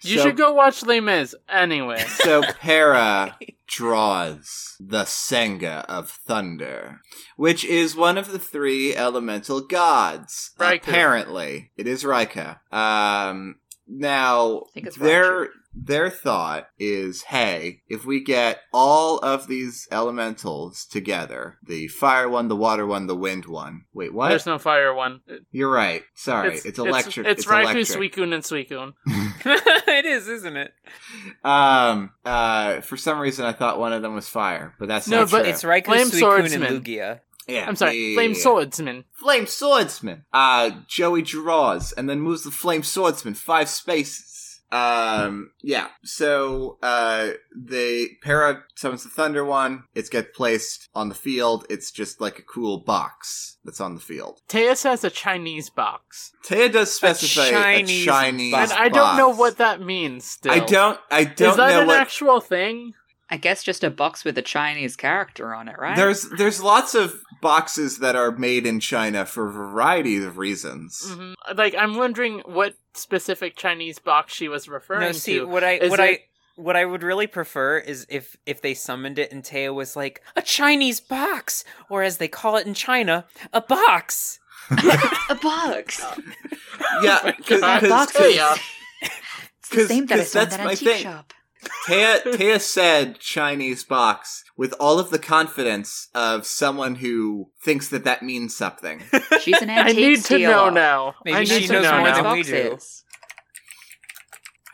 S2: You
S3: So-
S2: should go watch Les Mis anyway.
S3: So Para draws the Senga of Thunder, which is one of the three elemental gods.
S2: Raikou.
S3: Apparently, it is Raika. Um, now
S4: think it's
S3: their their thought is, hey, if we get all of these elementals together, the fire one, the water one, the wind one. Wait, what?
S2: There's no fire one.
S3: You're right. Sorry, it's, electric.
S2: It's, Raikou,
S3: electric.
S2: Suicune, and Suicune.
S1: it is, isn't it?
S3: Um. Uh. For some reason, I thought one of them was fire, but that's
S2: No,
S3: Not
S2: but
S3: true.
S1: It's Raikou,
S2: Flame
S1: Suicune,
S2: swordsman.
S1: and Lugia.
S3: Yeah,
S2: I'm sorry,
S3: yeah, yeah,
S2: Flame
S3: yeah.
S2: Swordsman.
S3: Flame swordsman. Uh, Joey draws and then moves the flame swordsman five spaces. Um, yeah. So uh, the para summons the thunder one. It's get placed on the field. It's just like a cool box that's on the field.
S2: Teus has a Chinese box.
S3: Taya does specify a Chinese,
S1: Chinese box.
S2: And I don't
S3: box.
S2: know what that means still.
S3: I don't. I don't
S2: Is that
S3: know
S2: an
S3: what.
S2: actual thing?
S4: I guess just a box with a Chinese character on it, right?
S3: There's there's lots of boxes that are made in China for a variety of reasons.
S2: Mhm. Like, I'm wondering what specific Chinese box she was referring
S1: No, see
S2: to.
S1: what I
S2: Is
S1: what
S2: it-
S1: I what I would really prefer is if if they summoned it and Teo was like a Chinese box, or as they call it in China, a box.
S4: a box.
S3: Yeah, because
S2: God.
S3: Taya
S2: yeah.
S4: It's
S3: 'Cause- 'cause that's my thing.
S4: shop.
S3: Taya said Chinese box with all of the confidence of someone who thinks that that means something.
S4: She's an
S2: I
S4: antique
S2: need to know
S4: dealer.
S2: now.
S1: Maybe
S2: I need
S1: she
S2: to
S1: knows
S2: know
S1: more
S2: now.
S1: than we do.
S4: Boxes.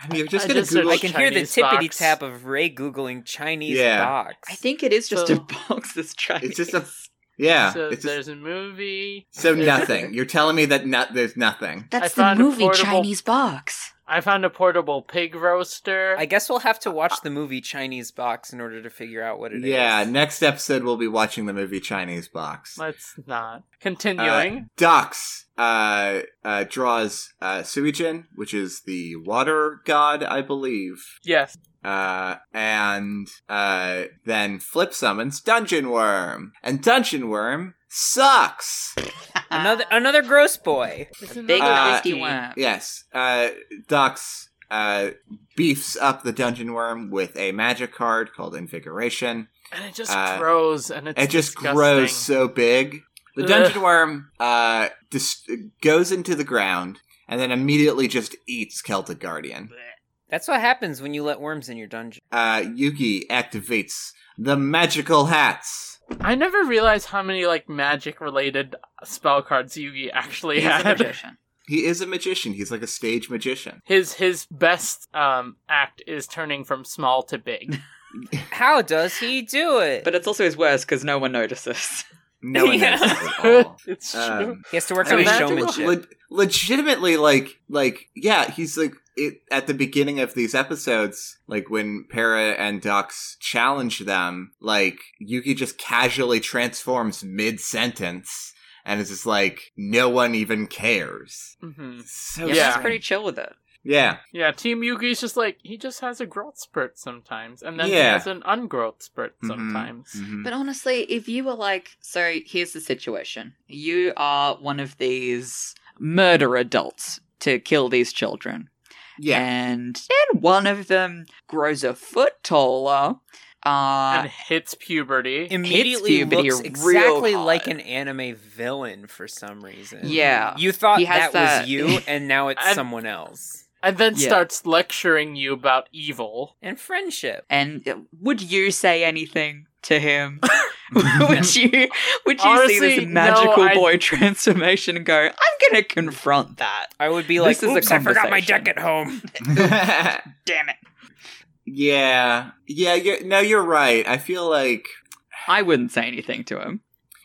S3: I mean, you're just
S2: I
S3: gonna
S2: just
S3: Google.
S1: I
S2: searched-
S1: can
S2: Chinese
S1: hear the tippity
S2: box.
S1: tap of Ray googling Chinese
S3: Yeah.
S1: box.
S4: I think it is just
S2: So-
S4: a box that's Chinese.
S3: It's just a yeah.
S2: so
S3: it's just-
S2: there's a movie.
S3: so nothing. You're telling me that not there's nothing.
S4: That's
S2: I found a portable-
S4: box.
S2: I found a portable pig roaster.
S1: I guess we'll
S4: Uh,
S1: have to watch the movie Chinese Box in order to figure out what it is.
S3: Yeah. Next episode, we'll be watching the movie Chinese box.
S2: Let's not. Continuing.
S3: Dox uh, uh, draws uh, Suijin, which is the water god, I believe,
S2: yes.
S3: uh, and uh, then flip summons Dungeon Worm, and Dungeon Worm sucks.
S1: Another
S4: Ah.
S1: another gross boy.
S4: Big
S3: Uh,
S4: nasty worm.
S3: Yes, uh, Dox uh, beefs up the Dungeon Worm with a magic card called Invigoration.
S2: And it just
S3: Uh,
S2: grows and it's
S3: it just
S2: disgusting.
S3: grows so big. The dungeon
S2: Ugh.
S3: worm uh, dis- goes into the ground and then immediately just eats Celtic Guardian.
S1: That's what happens when you let worms in your dungeon.
S3: Uh, Yugi activates the magical hats.
S2: I never realized how many like magic related spell cards Yugi actually
S4: He's a
S2: had.
S4: magician.
S3: He is a magician. He's like a stage magician.
S2: His his best um act is turning from small to big.
S1: How does he do it?
S4: But it's also his worst because no one notices.
S3: No one
S1: Yeah.
S3: knows at all.
S2: it's true.
S3: Um,
S1: he has to work
S2: I
S1: on his
S2: mean,
S1: showmanship.
S3: le- legitimately, like, like, yeah, he's like it, at the beginning of these episodes, like when Para and Dux challenge them, like Yuki just casually transforms mid sentence, and it's just like no one even cares.
S2: hmm
S3: So
S4: Mm. Yeah,
S2: Yeah.
S4: she's pretty chill with it.
S3: yeah,
S2: Yeah, Team Yugi's just like he just has a growth spurt sometimes, and then he
S3: Yeah.
S2: has an ungrowth spurt
S3: Mhm.
S2: sometimes.
S3: Mhm.
S4: But honestly, if you were like, so here's the situation. You are one of these murder adults to kill these children.
S3: yeah.
S4: And then one of them grows a foot taller. Uh,
S2: And hits puberty.
S1: Immediately
S4: hits puberty
S1: looks
S4: real
S1: exactly
S4: hard.
S1: like an anime villain for some reason.
S4: yeah.
S1: You thought
S4: He
S1: that,
S4: has that-
S1: was you, and now it's
S2: I'm-
S1: someone else.
S2: and then
S4: Yeah.
S2: starts lecturing you about evil.
S1: And friendship.
S4: And uh, would you say anything to him? would you would you see
S2: Honestly,
S4: this
S2: no,
S4: magical
S2: I-
S4: boy transformation and go, I'm gonna confront that.
S1: I would be
S4: This
S1: like,
S4: is a
S1: oops, I forgot my
S4: conversation.
S1: deck at home.
S4: Damn it.
S3: yeah, yeah, you're, no, you're right. I feel like,
S4: I wouldn't say anything to him.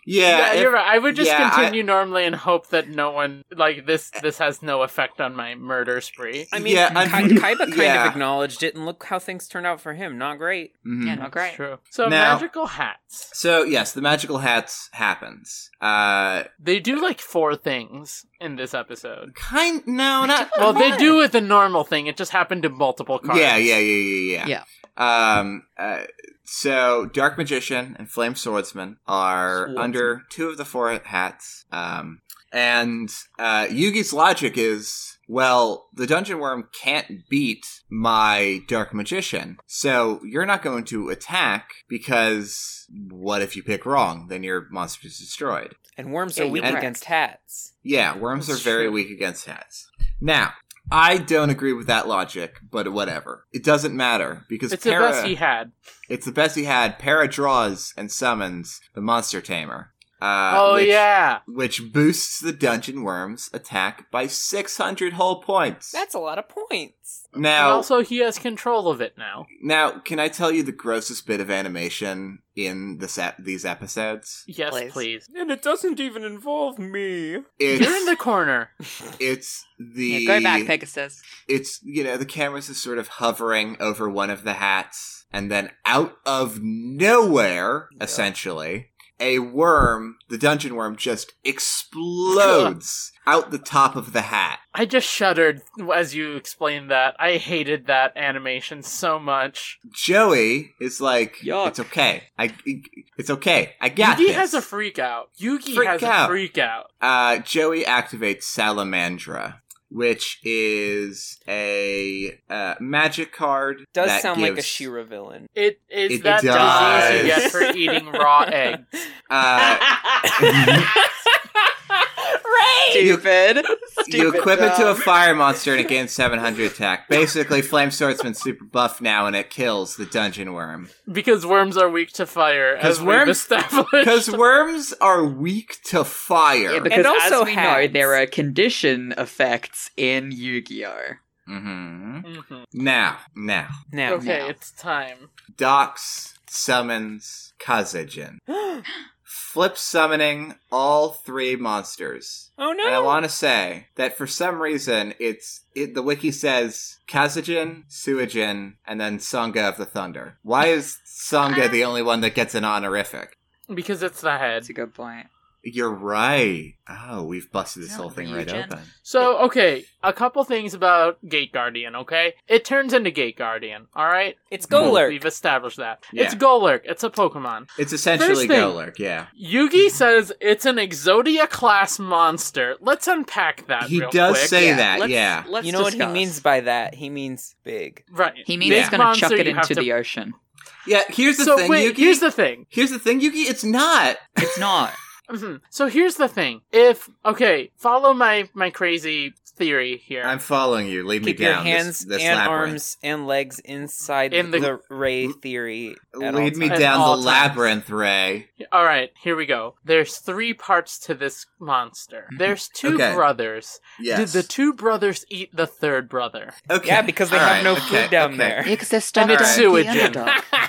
S3: yeah,
S2: Yeah,
S3: if-
S2: you're right. I would just
S3: yeah, I-
S2: continue normally and hope that no one like this. This has no effect on my murder spree.
S1: I mean,
S3: Yeah,
S1: Kai-
S3: I'm-
S1: Kaiba kind
S3: yeah.
S1: of acknowledged it, and look how things turned out for him. Not great.
S3: Mhm.
S4: Yeah, not great.
S2: True. So
S3: Now-
S2: magical hats.
S3: So yes, the magical hats happens. Uh,
S2: They do like four things in this episode.
S3: Kind no, not
S2: Well,
S4: Oh,
S2: they do with the normal thing. It just happened to multiple cards.
S3: Yeah, yeah, yeah, yeah, yeah. Yeah. Um. Uh, so, Dark Magician and Flame Swordsman are
S4: Swordsman.
S3: under two of the four hats. Um. And uh, Yugi's logic is, well, the Dungeon Worm can't beat my Dark Magician, so you're not going to attack because what if you pick wrong? Then your monster is destroyed.
S1: And worms
S4: Yeah,
S1: are
S4: you're
S1: weak
S4: correct.
S1: against hats.
S3: Yeah, worms
S2: That's
S3: are very
S2: true.
S3: weak against hats. Now, I don't agree with that logic, but whatever. It doesn't matter because
S2: It's the
S3: Para,
S2: best he had.
S3: it's the best he had. Para draws and summons the monster tamer. Uh,
S2: oh
S3: which-
S2: yeah.
S3: which boosts the dungeon worm's attack by 600 whole points.
S1: That's a lot of points.
S3: now,
S2: And also, he has control of it now.
S3: now, can I tell you the grossest bit of animation in this ep- these episodes?
S2: Yes,
S4: Please.
S2: please.
S5: And it doesn't even involve me.
S3: It's
S2: You're in the corner.
S3: it's the
S4: Yeah, go back, Pegasus.
S3: it's you know the camera's just sort of hovering over one of the hats and then out of nowhere essentially a worm the dungeon worm just explodes out the top of the hat
S2: I just shuddered as you explained that. I hated that animation so much.
S3: joey is like
S4: Yuck.
S3: it's okay i it's okay i got
S2: Yugi
S3: this
S2: has a freak out. Yugi
S3: Freak
S2: has
S3: out.
S2: a freak out.
S3: uh, Joey activates Salamandra, which is a uh, magic card.
S1: Does
S3: that
S1: sound like a
S3: gives-
S1: Shira villain.
S2: It is
S3: It
S2: that
S3: does.
S2: disease you get for eating raw egg.
S3: Uh,
S1: right.
S4: Stupid.
S3: you
S4: Stupid
S3: equip it to a
S4: dumb.
S3: fire monster and it gains 700 attack. Basically, Flame Swordsman's super buff now and it kills the dungeon worm.
S2: Because worms are weak to fire,
S3: 'Cause
S2: as
S3: worms-
S2: we've established.
S3: Because worms are weak to fire.
S4: Yeah, because
S1: also
S4: as we know,
S1: hats.
S4: there are condition effects in Yu-Gi-Oh.
S3: hmm
S2: Mhm.
S3: Now, now,
S1: Now,
S2: Okay,
S4: now.
S2: it's time.
S3: Dox summons Kazajin. Flip summoning all three monsters.
S1: oh no.
S3: And I want to say that for some reason, it's it, the wiki says Kazajin, Suijin, and then Sangha of the Thunder. Why is Sangha the only one that gets an honorific?
S2: Because it's the head.
S4: That's a good point.
S3: You're right. Oh, we've busted this
S4: No,
S3: whole thing
S4: you
S3: right
S4: gen-
S3: open.
S2: So, okay, a couple things about Gate Guardian, okay? It turns into Gate Guardian, alright?
S1: it's Golurk.
S2: We've established that.
S3: Yeah.
S2: It's Golurk. It's a Pokemon.
S3: It's essentially
S2: First thing-
S3: Golurk, yeah.
S2: Yugi says it's an Exodia class monster. Let's unpack that.
S3: He
S2: real
S3: does
S2: quick.
S3: say
S4: Yeah,
S3: that,
S4: let's-
S3: yeah.
S4: Let's
S1: you know what
S4: discuss.
S1: he means by that? He means big.
S2: Right.
S4: He means
S2: Big
S4: he's going to chuck
S2: monster,
S4: it
S2: you have
S4: into
S2: to-
S4: the ocean.
S3: Yeah, here's the
S2: so
S3: thing,
S2: wait,
S3: Yuki.
S2: here's the thing.
S3: Here's the thing, Yuki. It's not.
S4: It's not.
S2: Mhm. So here's the thing. If okay, follow my my crazy theory here.
S3: I'm following you. Lead
S1: Keep
S3: me
S1: your
S3: down. this-
S1: hands
S3: this
S1: and
S3: labyrinth.
S1: arms and legs inside
S2: In
S1: the,
S2: the-
S1: ray theory. at all
S3: Lead me
S1: times.
S2: At
S3: down the
S2: all times.
S3: labyrinth, Ray.
S2: All right, here we go. There's three parts to this monster. There's two
S3: Mm-hmm. Okay.
S2: brothers.
S3: Yes.
S2: Did the two brothers eat the third brother?
S3: okay.
S1: Yeah, because they
S3: All
S1: have
S3: right,
S1: no
S3: okay,
S1: food down
S3: okay.
S1: there.
S4: because they're
S2: And
S4: stomach
S2: it's sewage
S4: the
S2: in.
S4: underdog.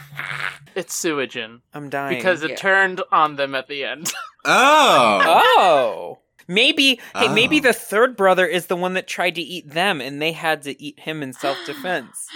S2: It's Suijin
S1: I'm dying.
S2: because it
S4: yeah.
S2: turned on them at the end.
S3: Oh.
S1: Oh. Maybe hey, maybe
S3: Oh.
S1: the third brother is the one that tried to eat them and they had to eat him in self defense.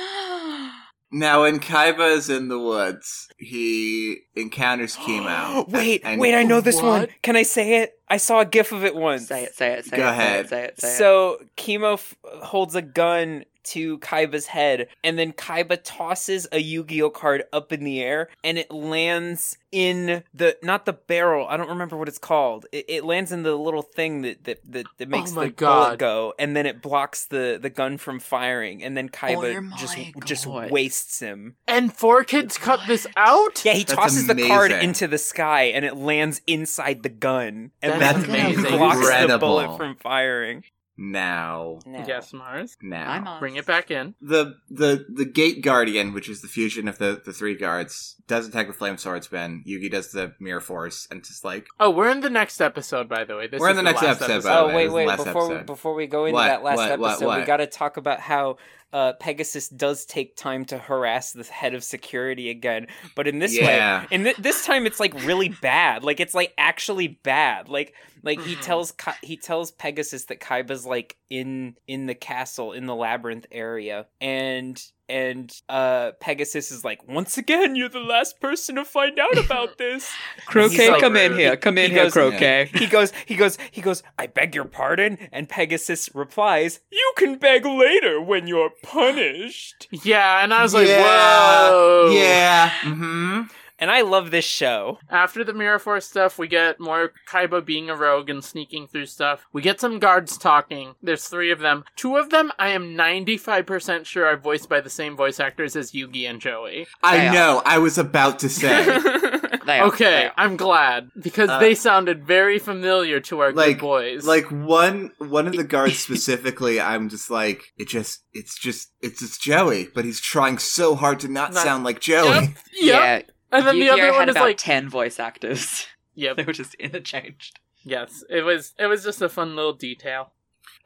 S3: Now, when Kaiba is in the woods, he encounters Kimo.
S1: wait,
S3: And-
S1: wait, I know this one.
S2: What?
S1: Can I say it? I saw a gif of it once.
S4: say it, say it, say
S3: Go
S4: it. say
S3: ahead.
S4: it, Say it, say it.
S1: So Chemo f- holds a gun to Kaiba's head, and then Kaiba tosses a Yu-Gi-Oh card up in the air, and it lands in the not the barrel. I don't remember what it's called. It, it lands in the little thing that that that, that makes
S2: my
S1: the bullet
S2: God.
S1: go, and then it blocks the the gun from firing, and then Kaiba
S4: my
S1: just just
S4: God.
S1: wastes him.
S2: and four kids cut this out.
S1: Yeah, he
S3: That's
S1: tosses the card
S3: amazing.
S1: into the sky, and it lands inside the gun, and
S2: That's
S1: then
S2: amazing.
S1: blocks the
S3: Incredible.
S1: bullet from firing.
S3: Now.
S2: Yes, Mars.
S3: Now.
S4: I'm on.
S2: Bring it back in.
S3: the the the gate guardian, which is the fusion of the the three guards, does attack with flame swordsman. Yugi does the mirror force, and just like
S2: Oh, we're in the next episode, by the way. This
S3: We're
S2: is
S3: in the next
S2: last
S3: episode, by the
S1: Oh
S3: way, it
S1: wait,
S3: was uh, the
S1: wait!
S3: last
S1: Before we,
S3: episode.
S1: before we go into
S3: What?
S1: that last
S3: What? What?
S1: episode, we
S3: What?
S1: got to talk about how uh, Pegasus does take time to harass the head of security again. But in this
S3: yeah,
S1: way, and th- this time it's like really bad. Like it's like actually bad. Like like he
S2: Mhm.
S1: tells Ka- he tells Pegasus that Kaiba's like in in the castle in the labyrinth area, and
S5: and uh, Pegasus is like, once again, you're the last person to find out about this.
S4: Croquet,
S1: like-
S4: come in here. Come in
S1: he
S4: here,
S1: goes-
S4: Croquet.
S1: He goes, he goes, he goes, I beg your pardon. And Pegasus replies,
S5: you can beg later when you're punished.
S2: Yeah, and I was like,
S3: Yeah.
S2: whoa.
S3: Yeah.
S4: Oh.
S3: Mm-hmm.
S1: and I love this show.
S2: After the Mirror Force stuff, we get more Kaiba being a rogue and sneaking through stuff. We get some guards talking. There's three of them. Two of them, I am 95% sure are voiced by the same voice actors as Yugi and Joey.
S3: I
S4: Yeah.
S3: know. I was about to say.
S4: They are, they
S2: Okay,
S4: are.
S2: I'm glad because
S3: Uh,
S2: they sounded very familiar to our
S3: like-
S2: good boys.
S3: like one one of the guards specifically i'm just like it just it's just it's just joey but he's trying so hard to not,
S2: Not-
S3: sound like joey
S2: Yep. yeah. And then the
S4: Yu-Gi-Oh!
S2: other
S4: had
S2: one is
S4: about
S2: like,
S4: ten voice actors.
S2: yep,
S4: They were just interchanged.
S2: yes. It was it was just a fun little detail.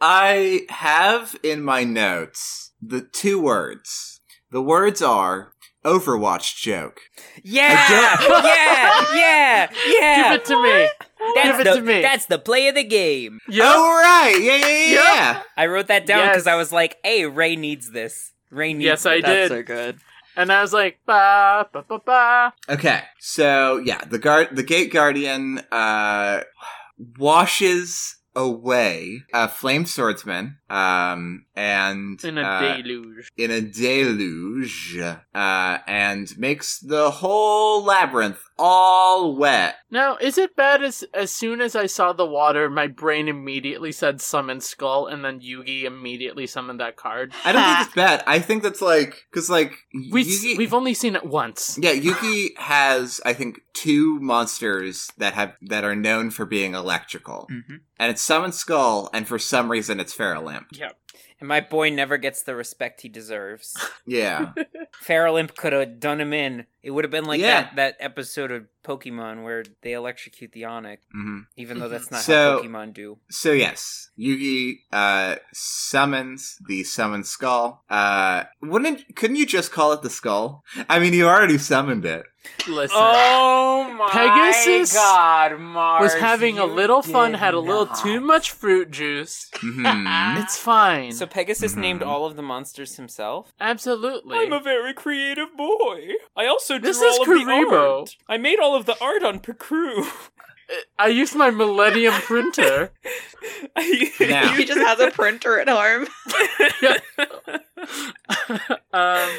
S3: i have in my notes the two words the words are overwatch joke
S1: Yeah, yeah, yeah, yeah.
S2: Give it to me.
S1: that's
S2: Give it
S1: the,
S2: to me.
S1: That's the play of the game.
S2: Yep.
S3: oh right yeah yeah yeah,
S2: Yep.
S3: yeah.
S1: I wrote that down because
S2: Yes.
S1: I was like, "Hey, Ray needs this. Ray needs."
S2: Yes, I
S1: this.
S2: did.
S4: That's so good.
S2: And I was like, ba ba ba ba.
S3: Okay, so yeah, the guard, the gate guardian, uh, washes away a flame swordsman, um, and
S2: In a
S3: uh,
S2: deluge.
S3: in a deluge, uh, and makes the whole labyrinth all wet.
S2: Now, is it bad as as soon as I saw the water, my brain immediately said summon skull, and then Yugi immediately summoned that card.
S3: I don't think it's bad. I think that's like because like
S2: We
S3: Yugi-
S2: we've only seen it once.
S3: Yeah, Yuki has I think two monsters that have that are known for being electrical,
S2: Mm.
S4: Mhm.
S3: and it's Summon Skull, and for some reason it's Ferrolimp.
S1: And my boy never gets the respect he deserves.
S3: Yeah.
S1: Faralimp could have done him in. It would have been like
S3: Yeah.
S1: that that episode of Pokemon where they electrocute the Onyx,
S3: hmm
S1: even
S2: Mm-hmm.
S1: though that's not
S3: So-
S1: how Pokemon do.
S3: So yes, Yugi uh, summons the summoned skull. Uh, wouldn't couldn't you just call it the skull? I mean, you already summoned it.
S2: Listen.
S1: Oh my
S2: Pegasus
S1: God, Mars
S2: was having a
S1: you
S2: little fun,
S1: did
S2: had a little too
S1: not.
S2: much fruit juice.
S3: Mhm.
S2: It's fine.
S1: So Pegasus
S3: Mhm.
S1: named all of the monsters himself.
S2: Absolutely.
S5: I'm a very creative boy. I also drew
S2: This is
S5: all of the
S2: Karibo.
S5: art. I made all of the art on Pacru.
S2: I used my Millennium printer.
S3: Now.
S4: He just has a printer at home.
S2: um,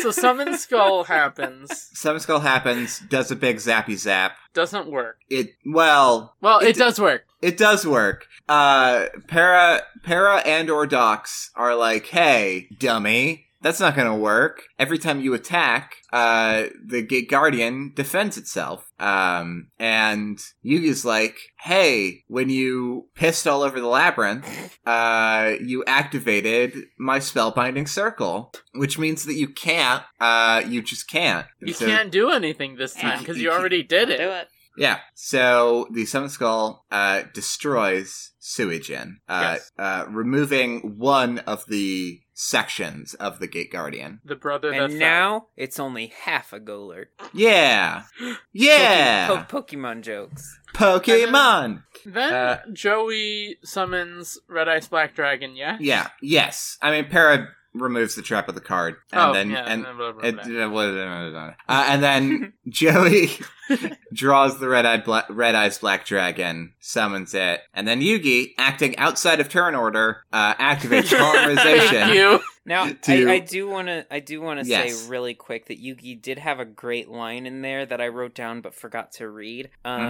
S2: so summon skull happens.
S3: Summon skull happens, does a big zappy zap.
S2: Doesn't work.
S3: It well,
S2: Well, it,
S3: It-
S2: does work.
S3: it does work. Uh, para para and or docs are like, hey, dummy. That's not gonna work. Every time you attack, uh, the Gate Guardian defends itself. Um, and Yugi's like, hey, when you pissed all over the labyrinth, uh, you activated my spellbinding circle, which means that you can't, uh, you just can't. And
S2: You
S3: so-
S2: can't do anything this time
S4: Yeah,
S2: because
S3: you
S2: you
S3: can't
S2: already did it.
S4: Do it.
S3: yeah. So the Summon Skull uh, destroys Suijin, uh,
S2: Yes.
S3: uh, removing one of the sections of the Gate Guardian.
S2: The brother that
S1: and
S2: fell.
S1: now it's only half a Golurk.
S3: Yeah.
S1: Poke-
S3: Yeah.
S1: po- Pokemon jokes.
S3: Pokemon.
S2: Then
S3: Uh,
S2: Joey summons Red Eyes Black Dragon, yeah?
S3: Yeah. Yes. I mean, Para removes the trap of the card, and
S2: oh,
S3: then
S2: yeah.
S3: and.
S2: blah, blah, blah,
S3: and-
S2: blah.
S3: uh, and then Joey draws the red eyed bla- red eyes black dragon, summons it, and then Yugi, acting outside of turn order, uh, activates
S2: Thank
S3: polymerization.
S2: you.
S1: Now
S3: Do-
S1: I, I do want to I do want to
S3: Yes.
S1: say really quick that Yugi did have a great line in there that I wrote down but forgot to read. Um,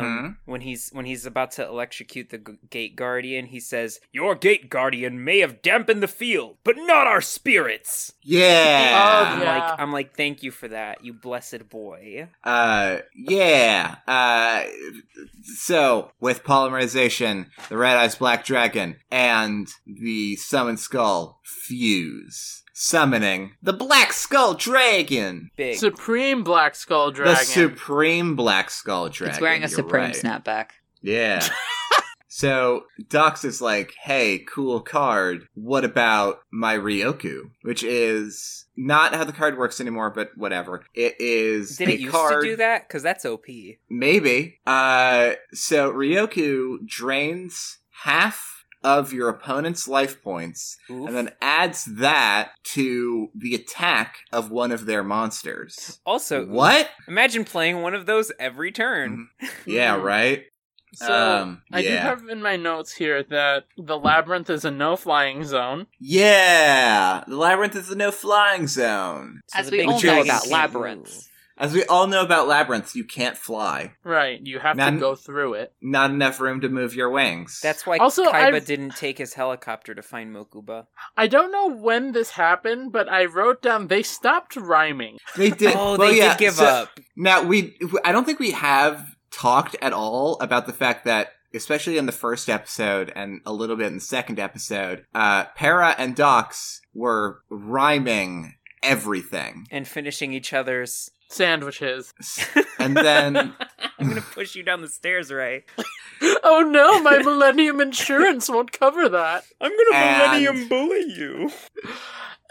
S3: Mm-hmm.
S1: When he's when he's about to electrocute the g- gate guardian, he says, "Your gate guardian may have dampened the field, but not our spirits." I'm
S2: Oh,
S3: Yeah.
S2: yeah.
S1: like I'm like, thank you for that, you blessed boy.
S3: Uh, yeah. Uh, so, with polymerization, the red eyes black dragon and the summoned skull fuse, summoning the black skull dragon.
S1: Big.
S2: Supreme Black Skull Dragon.
S3: The supreme black skull dragon.
S4: It's wearing a
S3: you're
S4: Supreme
S3: right.
S4: snapback.
S3: Yeah. so Dox is like, hey, cool card. What about my Ryoku? Which is not how the card works anymore, but whatever. It is
S1: did
S3: a
S1: it used
S3: card.
S1: to do that? Because that's OP.
S3: Maybe. Uh so Ryoku drains half of your opponent's life points
S1: Oof.
S3: and then adds that to the attack of one of their monsters.
S1: also,
S3: what? Mm-hmm.
S1: Imagine playing one of those every turn.
S3: Yeah, right?
S2: So
S3: Um,
S2: I do
S3: yeah.
S2: have in my notes here that the labyrinth is a no flying zone.
S3: Yeah! The Labyrinth is the no flying zone.
S1: So
S4: As
S1: the
S4: we
S1: big
S4: all know
S1: dragon
S4: about
S1: can
S4: labyrinths.
S3: As we all know about labyrinths, you can't fly.
S2: Right, you have
S3: Man-
S2: to go through it.
S3: Not enough room to move your wings.
S1: That's why
S2: Also,
S1: Kaiba
S2: I've-
S1: didn't take his helicopter to find Mokuba.
S2: I don't know when this happened, but I wrote down they stopped rhyming.
S3: they did.
S1: oh,
S3: well,
S1: they
S3: yeah,
S1: did give
S3: so-
S1: up.
S3: Now we, I don't think we have talked at all about the fact that, especially in the first episode and a little bit in the second episode, uh, Para and Docs were rhyming everything,
S1: And finishing each other's.
S2: Sandwiches.
S3: and then
S1: I'm gonna push you down the stairs, Ray.
S2: Oh no, my Millennium insurance won't cover that.
S5: I'm gonna
S3: And-
S5: millennium bully you.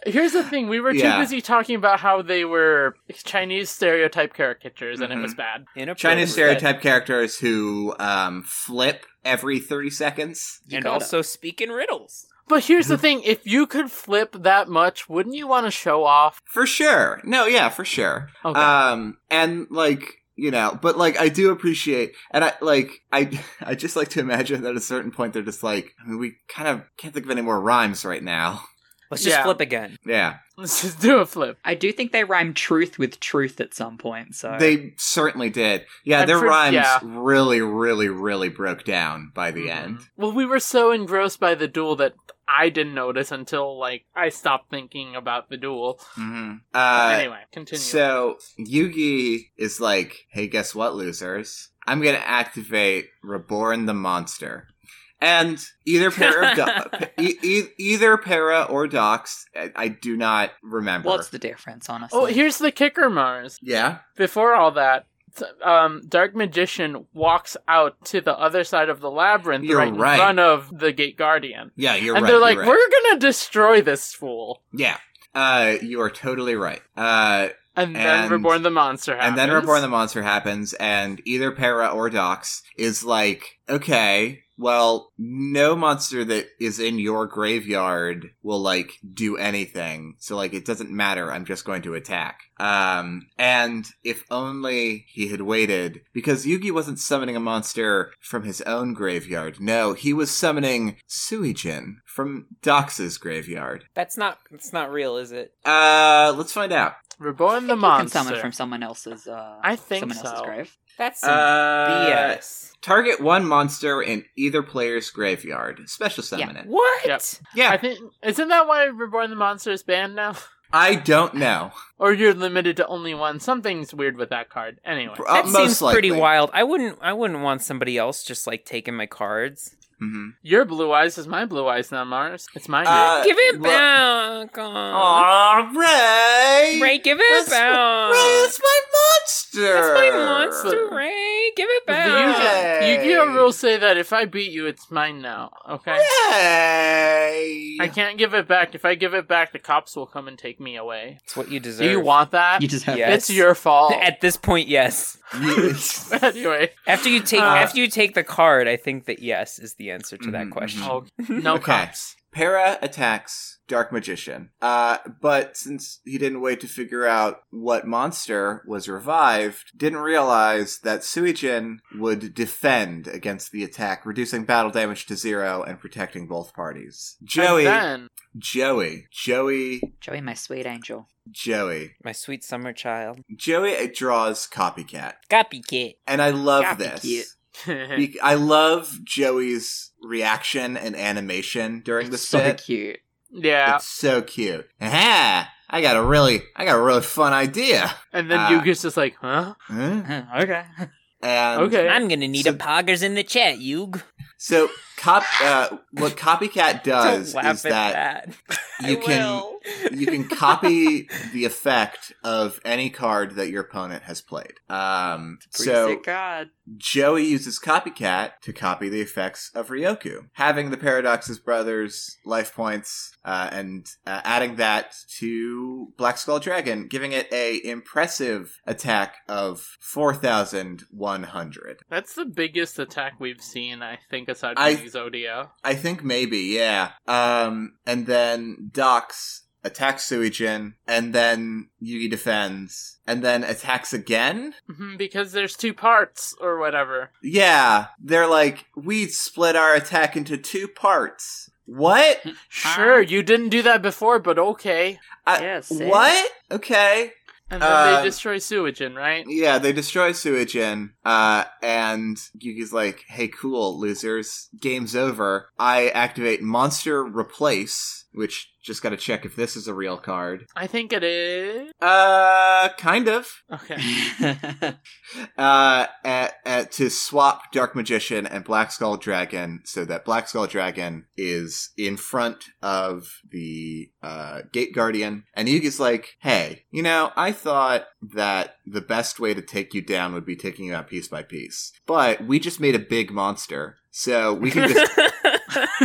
S2: Here's the thing we were too
S3: Yeah.
S2: busy talking about how they were Chinese stereotype caricatures and
S3: Mhm.
S2: it was bad.
S3: Chinese
S1: Inappropriate.
S3: stereotype characters who um, flip every thirty seconds.
S4: You
S1: And
S4: gotta-
S1: also speak in riddles.
S2: But here's
S3: Mm-hmm.
S2: the thing if you could flip that much, wouldn't you want to show off?
S3: For sure. No, yeah, for sure.
S2: Okay.
S3: Um and like, you know, but like I do appreciate and I like I I just like to imagine that at a certain point they're just like, I mean, we kind of can't think of any more rhymes right now.
S1: Let's just
S2: Yeah.
S1: flip again.
S3: Yeah.
S2: Let's just do a flip.
S4: I do think they rhyme truth with truth at some point. So
S3: They certainly did. Yeah,
S2: I'm
S3: their
S2: sure-
S3: rhymes
S2: yeah.
S3: really, really, really broke down by the end.
S2: Well, we were so engrossed by the duel that I didn't notice until, like, I stopped thinking about the duel.
S3: Mm-hmm.
S2: But
S3: Uh,
S2: anyway, continue.
S3: so Yugi is like, hey, guess what, losers? I'm gonna activate Reborn the Monster. And either pair of do- e- e- either para or docs, I-, I do not remember.
S4: what's the difference, honestly?
S2: oh, here's the kicker, Mars.
S3: yeah,
S2: before all that, t- um, Dark Magician walks out to the other side of the labyrinth
S3: You're
S2: right,
S3: right.
S2: in front of the Gate Guardian.
S3: yeah, you're
S2: and
S3: right.
S2: they're
S3: you're
S2: like,
S3: right.
S2: we're going to destroy this fool.
S3: yeah, uh, you are totally right. Uh,
S2: And then
S3: And-
S2: Reborn the Monster happens.
S3: and then Reborn the Monster happens, and either para or docs is like, okay. Well, no monster that is in your graveyard will like do anything. So like it doesn't matter. I'm just going to attack. Um and if only he had waited because Yugi wasn't summoning a monster from his own graveyard. No, he was summoning Suijin from Dox's graveyard.
S1: That's not. That's not real, is it?
S3: Uh let's find out.
S4: I
S2: Reborn the
S4: think you can
S2: Monster.
S4: summon from someone else's. Uh,
S2: I think
S4: someone else's
S2: so.
S4: grave.
S1: That's some
S3: Uh,
S1: BS.
S3: Target one monster in either player's graveyard. Special summon it.
S1: What?
S2: Yep.
S3: Yeah,
S2: I think isn't that why Reborn the Monster is banned now?
S3: I don't know.
S2: or you're limited to only one. Something's weird with that card. Anyway.
S3: Uh,
S1: That
S3: most
S1: seems pretty
S3: likely.
S1: wild. I wouldn't. I wouldn't want somebody else just like taking my cards.
S3: Mhm.
S2: Your blue eyes is my blue eyes now, Mars. It's my
S3: Uh,
S1: give it
S3: well-
S1: back. Aw.
S3: Aw, Ray!
S1: Ray, give
S3: That's-
S1: it back.
S3: Ray, that's my monster!
S1: That's my monster, Ray. Give it back.
S2: The
S3: Hey.
S2: Yu- Yu-Gi-Oh rules say that if I beat you, it's mine now. Okay.
S3: Ray!
S2: I can't give it back. If I give it back, the cops will come and take me away.
S1: It's what you deserve.
S2: Do you want that?
S4: You just have
S1: Yeah.
S2: It's your fault.
S1: At this point, yes.
S3: You-
S2: anyway,
S1: After you take
S2: Uh,
S1: after you take the card, I think that yes is the answer to that
S3: Mhm,
S1: question.
S2: oh, no
S3: Okay.
S2: cops.
S3: Para attacks Dark Magician. Uh, but since he didn't wait to figure out what monster was revived, didn't realize that Suijin would defend against the attack, reducing battle damage to zero and protecting both parties. Joey,
S2: And then,
S3: Joey, Joey,
S4: Joey, my sweet angel.
S3: Joey.
S1: My sweet summer child.
S3: Joey draws Copycat.
S1: Copycat.
S3: And I love
S4: Copycat.
S3: this. Be- I love Joey's reaction and animation during this
S4: so
S3: bit.
S4: cute.
S2: yeah,
S3: It's so cute. Aha! I got a really, I got a really fun idea.
S2: and then
S3: uh,
S2: Yugi's just like, huh?
S3: Huh?
S4: okay.
S3: And
S2: Okay.
S1: I'm gonna need
S3: So-
S1: a poggers in the chat, Yug.
S3: so, cop, uh, what Copycat does
S1: Don't laugh
S3: is
S1: at
S3: that,
S1: I
S3: you can
S1: will.
S3: you can copy the effect of any card that your opponent has played. Um,
S4: Pretty
S3: so
S4: sick god.
S3: Joey uses Copycat to copy the effects of Ryoku, having the Paradox's brother's life points uh, and uh, adding that to Black Skull Dragon, giving it a impressive attack of 4,100.
S2: That's the biggest attack we've seen, I think, think, aside from
S3: I-
S2: Exodia.
S3: I think maybe, yeah. Um, and then Dox attacks Suijin, and then Yugi defends, and then attacks again.
S2: Mhm, because there's two parts or whatever.
S3: Yeah, they're like, we split our attack into two parts. What?
S2: Sure, you didn't do that before, but okay.
S3: I-
S4: Yes.
S3: What? Okay.
S2: And then
S3: Um,
S2: they destroy Suijin, right?
S3: Yeah, they destroy Suijin, uh, and Yugi's like, hey, cool, losers, game's over. I activate Monster Replace, which just gotta check if this is a real card.
S2: I think it is.
S3: Uh, kind of.
S2: Okay.
S3: uh, at, at, to swap Dark Magician and Black Skull Dragon so that Black Skull Dragon is in front of the uh, Gate Guardian. And Yugi's like, hey, you know, I thought that the best way to take you down would be taking you out piece by piece. But we just made a big monster. So we can just.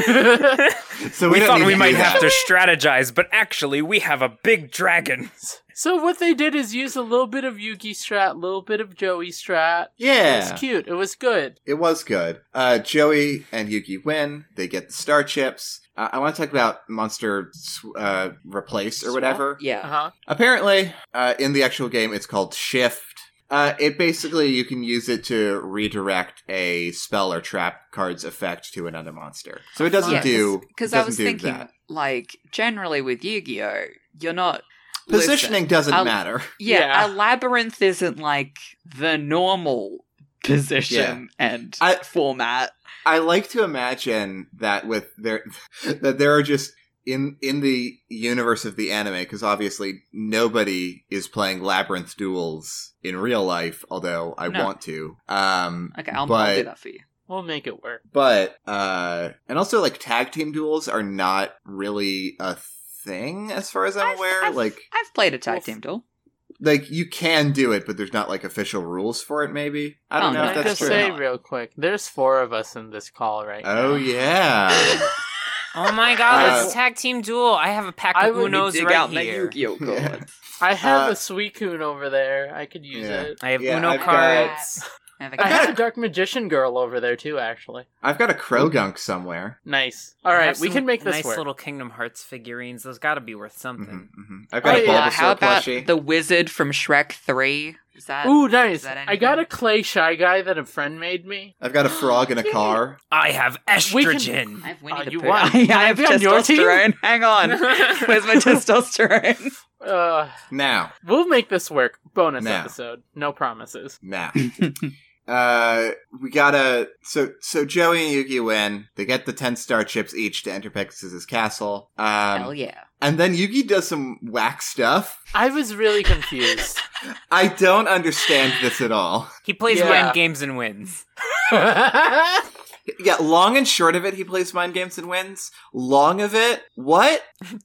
S3: So we,
S5: we
S3: don't
S5: thought
S3: need
S5: we
S3: to
S5: might
S3: do
S5: have
S3: that.
S5: to strategize, but actually, we have a big dragon.
S2: so what they did is use a little bit of Yugi strat, a little bit of Joey strat. It
S3: Yeah.
S2: was cute. It was good.
S3: It was good. Uh, Joey and Yuki win. They get the star chips. Uh, I want to talk about monster sw- uh, replace or whatever.
S2: Uh
S4: Yeah.
S2: huh.
S3: Apparently, uh, in the actual game, it's called shift. Uh, it basically you can use it to redirect a spell or trap card's effect to another monster. So it doesn't
S4: Yeah,
S3: do
S4: Because
S3: it
S4: I
S3: doesn't
S4: was
S3: do
S4: thinking,
S3: that.
S4: like, generally with Yu Gi Oh, you're not.
S3: Positioning
S4: Listen,
S3: doesn't
S4: I'll-
S3: matter.
S4: yeah,
S2: Yeah.
S4: a labyrinth isn't like the normal position and
S3: I-
S4: format.
S3: I like to imagine that with there that there are just in in the universe of the anime because obviously nobody is playing labyrinth duels in real life although i
S4: No.
S3: want to um
S4: Okay, I'll, I'll do
S3: but
S4: that for you.
S2: We'll make it work.
S3: but uh and also like tag team duels are not really a thing as far as i'm
S4: I've-
S3: aware
S4: I've-
S3: like
S4: I've played a tag
S2: Well, f-
S4: team duel.
S3: like you can do it but there's not like official rules for it maybe i don't
S4: Oh,
S3: know
S4: no,
S3: if
S2: Can I
S3: that's
S2: just
S3: true
S2: say real quick, there's four of us in this call right now.
S3: oh yeah
S1: Oh my god,
S3: Uh,
S1: let's tag team duel. I have a pack
S2: I
S1: of
S2: would
S1: Unos
S4: dig
S1: right
S4: out my
S1: here.
S4: Yu-Gi-Oh
S3: Yeah.
S4: cards.
S2: I have
S3: Uh,
S2: a Suicune over there. I could use
S3: Yeah.
S2: it.
S1: I have
S3: Yeah,
S1: Uno
S3: I've got-
S1: cards.
S4: Have a
S2: I
S4: card.
S2: have a Dark Magician girl over there too, actually.
S3: i've got a crow gunk somewhere
S2: Nice. All
S1: I
S2: right,
S1: have
S2: we
S1: some
S2: can make this
S1: nice
S2: work.
S1: little Kingdom Hearts figurines. Those got to be worth something.
S3: Mhm, mhm. I've
S2: Oh,
S3: got a
S2: yeah.
S4: Uh,
S3: Bulbasaur
S4: how about
S3: plushie.
S4: the wizard from Shrek 3? Is that
S2: Ooh, nice.
S4: that
S2: I got a
S4: anything?
S2: clay shy guy that a friend made me.
S3: I've got a frog in a car.
S1: I have
S2: We can-
S1: estrogen.
S4: I have Winnie
S2: Oh,
S4: the
S2: you
S4: Pooh.
S2: won.
S4: I,
S2: Can I
S4: have
S2: be on your team?
S4: testosterone. Hang on. Where's my testosterone?
S2: Uh,
S3: Now,
S2: we'll make this work. Bonus
S3: Now.
S2: episode. No promises.
S3: now. uh, we gotta. So, so Joey and Yugi win. They get the ten star chips each to enter Pegasus's castle.
S4: Hell
S3: Um,
S4: yeah.
S3: and then Yugi does some whack stuff.
S2: I was really confused.
S3: I don't understand this at all.
S1: he plays
S2: Yeah.
S1: mind games and wins.
S3: Yeah, long and short of it, he plays mind games and wins. Long of it, what?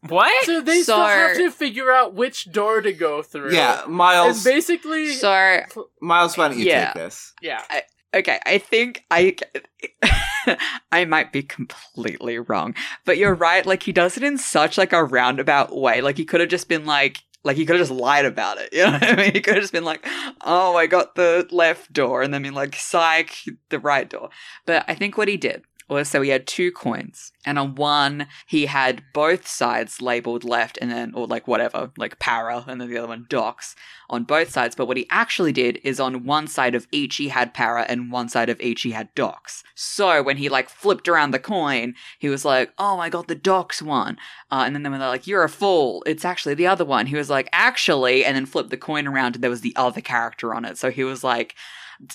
S1: What?
S2: so they still
S4: Sorry.
S2: have to figure out which door to go through.
S3: Yeah,
S2: And
S3: Miles.
S2: basically,
S4: So,
S3: Miles, why don't you
S4: Yeah.
S3: take this?
S2: yeah.
S4: okay, I think I I might be completely wrong, but you're right. Like he does it in such like a roundabout way. Like he could have just been like like he could have just lied about it. You know what I mean? He could have just been like, "Oh, I got the left door," and then been like, "Psych, the right door." But I think what he did was so he had two coins, and on one he had both sides labeled left, and then or like whatever, like para, and then the other one docs on both sides. But what he actually did is on one side of each he had para and one side of each he had docs. So when he like flipped around the coin, he was like, "Oh, I got the docs one," uh, and then they were like, "You're a fool! It's actually the other one." He was like, "Actually," and then flipped the coin around and there was the other character on it. So he was like,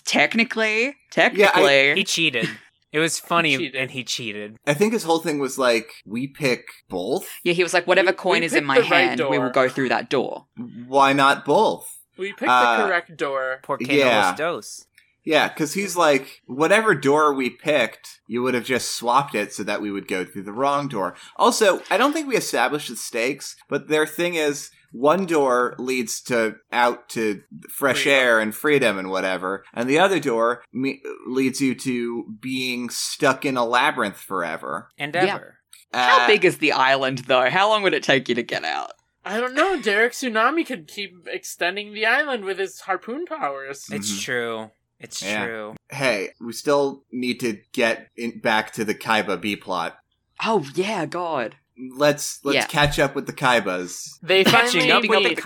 S4: "Technically, technically."
S1: He cheated. It was funny,
S2: cheated.
S1: and he cheated.
S3: I think his whole thing was like, we pick both.
S4: yeah, he was like, whatever
S2: We-
S4: coin
S2: we
S4: is in
S2: picked
S4: my
S2: the right
S4: hand, we
S2: door."
S4: will go through that door.
S3: Why not both?
S2: We picked the
S3: Uh,
S2: correct door.
S1: Poor
S3: Yeah.
S1: yeah. dose.
S3: Yeah, because he's like, whatever door we picked, you would have just swapped it so that we would go through the wrong door. Also, I don't think we established the stakes, but their thing is one door leads to out to fresh
S2: Freedom.
S3: air and freedom and whatever, and the other door me- leads you to being stuck in a labyrinth forever.
S1: And
S4: Yeah.
S1: ever.
S4: How
S3: Uh,
S4: big is the island, though? How long would it take you to get out?
S2: I don't know. Derek Tsunami could keep extending the island with his harpoon powers.
S1: It's
S3: Mhm.
S1: true. It's
S3: Yeah.
S1: true.
S3: Hey, we still need to get in back to the Kaiba B plot.
S4: Oh yeah, God.
S3: Let's let's
S4: Yeah.
S3: catch up with the Kaibas.
S2: They
S1: Catching
S2: finally
S1: up with
S2: meet.
S1: the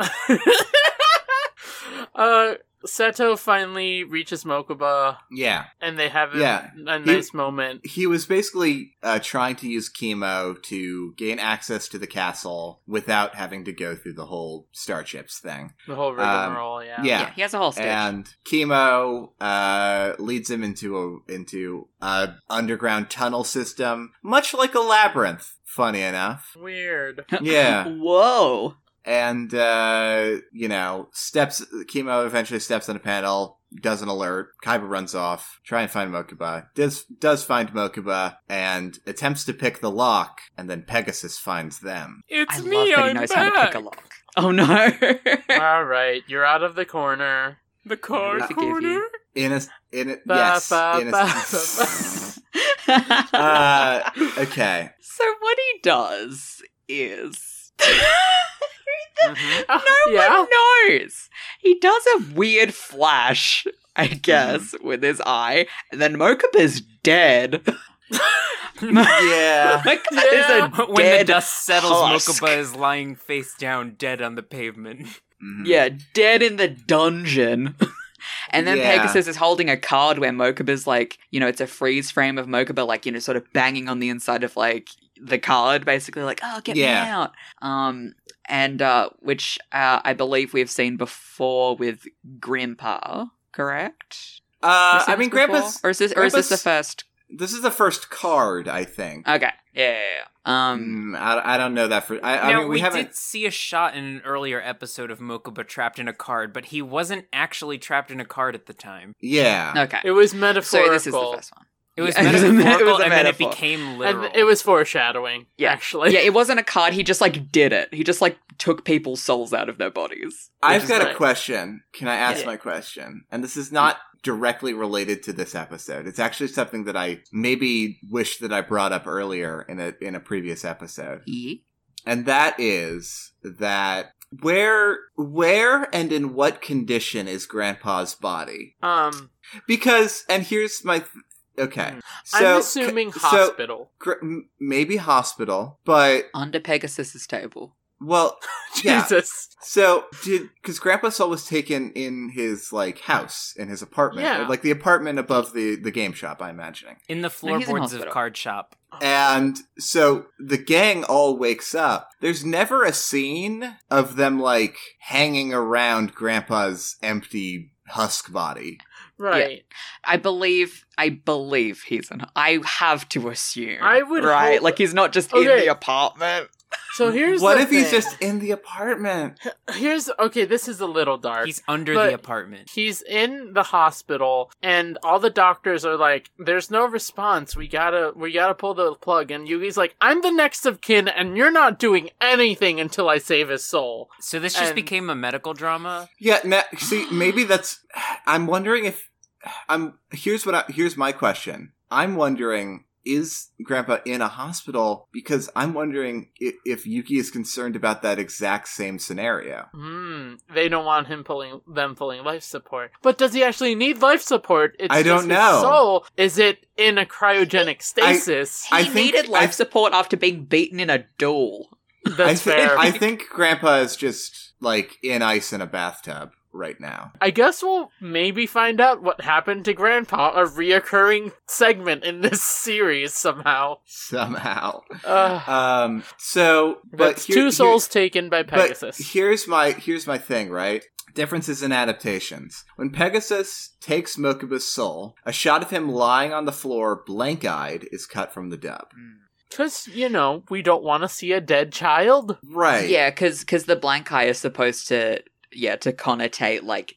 S1: Kaibas.
S2: uh, Seto finally reaches Mokuba,
S3: Yeah,
S2: and they have a,
S3: Yeah.
S2: a nice moment.
S3: he was basically uh, trying to use chemo to gain access to the castle without having to go through the whole starships thing.
S2: The whole rigmarole, yeah.
S4: Yeah.
S3: Um, yeah.
S4: he has a whole stitch.
S3: and chemo uh, leads him into a into a underground tunnel system, much like a labyrinth. Funny enough,
S2: Weird.
S3: yeah.
S4: Whoa.
S3: And uh, you know, steps chemo eventually steps on a panel, does an alert. Kaiba runs off, try and find Mokuba. Does does find Mokuba and attempts to pick the lock, and then Pegasus finds them.
S5: It's
S4: I
S5: me.
S4: love that he
S5: I'm
S4: knows
S5: back.
S4: how to pick a lock. Oh no.
S2: All right, you're out of the corner.
S5: The car
S4: I forgive you.
S5: corner.
S3: In a in a,
S2: Ba,
S3: yes,
S2: ba,
S3: in a,
S2: ba,
S3: uh, okay.
S4: so what he does is
S2: Mhm.
S4: no
S2: Yeah?
S4: one knows. He does a weird flash, I guess, with his eye, and then Mokuba's dead.
S3: Yeah.
S4: Mokuba
S2: Yeah.
S4: is a
S1: when the
S4: dead-
S1: dust settles,
S4: husk.
S1: Mokuba is lying face down, dead on the pavement.
S3: Mhm.
S4: Yeah, dead in the dungeon. And then
S3: Yeah.
S4: Pegasus is holding a card where Mokuba's like, you know, it's a freeze frame of Mokuba, like, you know, sort of banging on the inside of like the card, basically, like, oh, get
S3: Yeah.
S4: me out. Um, and uh, which uh, I believe we've seen before with Grandpa, correct?
S3: Uh,
S4: We've seen
S3: I mean,
S4: this before?
S3: Grandpa's.
S4: or is this or is this the
S3: Grandpa's-
S4: first?
S3: This is the first card, I think.
S4: Okay, yeah, yeah, yeah. Um,
S3: Mm, I, I don't know that for. I, I
S1: now
S3: mean, we,
S1: we,
S3: haven't.
S1: did see a shot in an earlier episode of Mokuba trapped in a card, but he wasn't actually trapped in a card at the time.
S3: Yeah.
S4: okay.
S2: It was
S4: So
S2: metaphorical.
S4: this is the first one.
S1: It was
S4: Yeah, it was a me- it
S1: metaphorical,
S4: was a
S1: and then it
S4: metaphor.
S1: became
S2: And
S1: literal.
S2: it was foreshadowing,
S4: Yeah.
S2: actually.
S4: yeah, it wasn't a card. He just like did it. He just like took people's souls out of their bodies.
S3: I've
S2: is
S3: got
S2: right.
S3: a question. Can I ask
S4: Yeah.
S3: my question? And this is not directly related to this episode. It's actually something that I maybe wish that I brought up earlier in a in a previous episode.
S4: E.
S3: And that is that where where and in what condition is grandpa's body?
S2: Um,
S3: Because and here's my th- okay.
S2: Hmm.
S3: So
S2: I'm assuming
S3: so-
S2: hospital.
S3: gr- m- maybe hospital, but
S4: under Pegasus's table.
S3: well, yeah.
S2: Jesus.
S3: So did because Grandpa Soul was taken in his like house in his apartment,
S2: Yeah.
S3: like the apartment above the the game shop, I'm imagining.
S1: in the
S4: in
S1: floorboards of
S4: hospital.
S1: card shop.
S2: Uh-huh.
S3: And so the gang all wakes up. There's never a scene of them like hanging around Grandpa's empty husk body.
S2: Right.
S4: I believe, I believe he's an. I have to assume.
S2: I would
S4: right,
S2: hope-
S4: like he's not just in
S2: Okay.
S4: the apartment.
S2: So here's
S3: what
S2: the
S3: if he's
S2: thing.
S3: just in the apartment?
S2: Here's okay, this is a little dark.
S1: He's under
S2: But-
S1: the apartment.
S2: He's in the hospital, and all the doctors are like, "There's no response. We gotta, we gotta pull the plug." And Yugi's like, "I'm the next of kin, and you're not doing anything until I save his soul."
S1: So this just
S2: and-
S1: became a medical drama.
S3: Yeah. Na- see, maybe that's. I'm wondering if I'm. Here's what. I, here's my question. I'm wondering. Is Grandpa in a hospital? Because I'm wondering if, if Yuki is concerned about that exact same scenario.
S2: Hmm. They don't want him pulling them pulling life support. But does he actually need life support? It's
S3: I
S2: just
S3: don't
S2: his
S3: know.
S2: soul. Is it in a cryogenic stasis?
S4: He
S3: I think-
S4: needed life
S3: I-
S4: support after being beaten in a duel.
S2: That's
S3: I, thi-
S2: fair.
S3: I
S2: I,
S3: think Grandpa is just like in ice in a bathtub right now.
S2: guess we'll maybe find out what happened to Grandpa, a reoccurring segment in this series somehow.
S3: Somehow.
S2: Ugh.
S3: Um. So, but
S2: That's
S3: here-
S2: two
S3: here-
S2: souls taken by
S3: But
S2: Pegasus.
S3: here's my here's my thing, right? Differences in adaptations. When Pegasus takes Mokuba's soul, a shot of him lying on the floor, blank-eyed, is cut from the dub.
S2: Because, you know, we don't want to see a dead child.
S3: Right.
S4: Yeah, because the blank eye is supposed to yeah to connotate like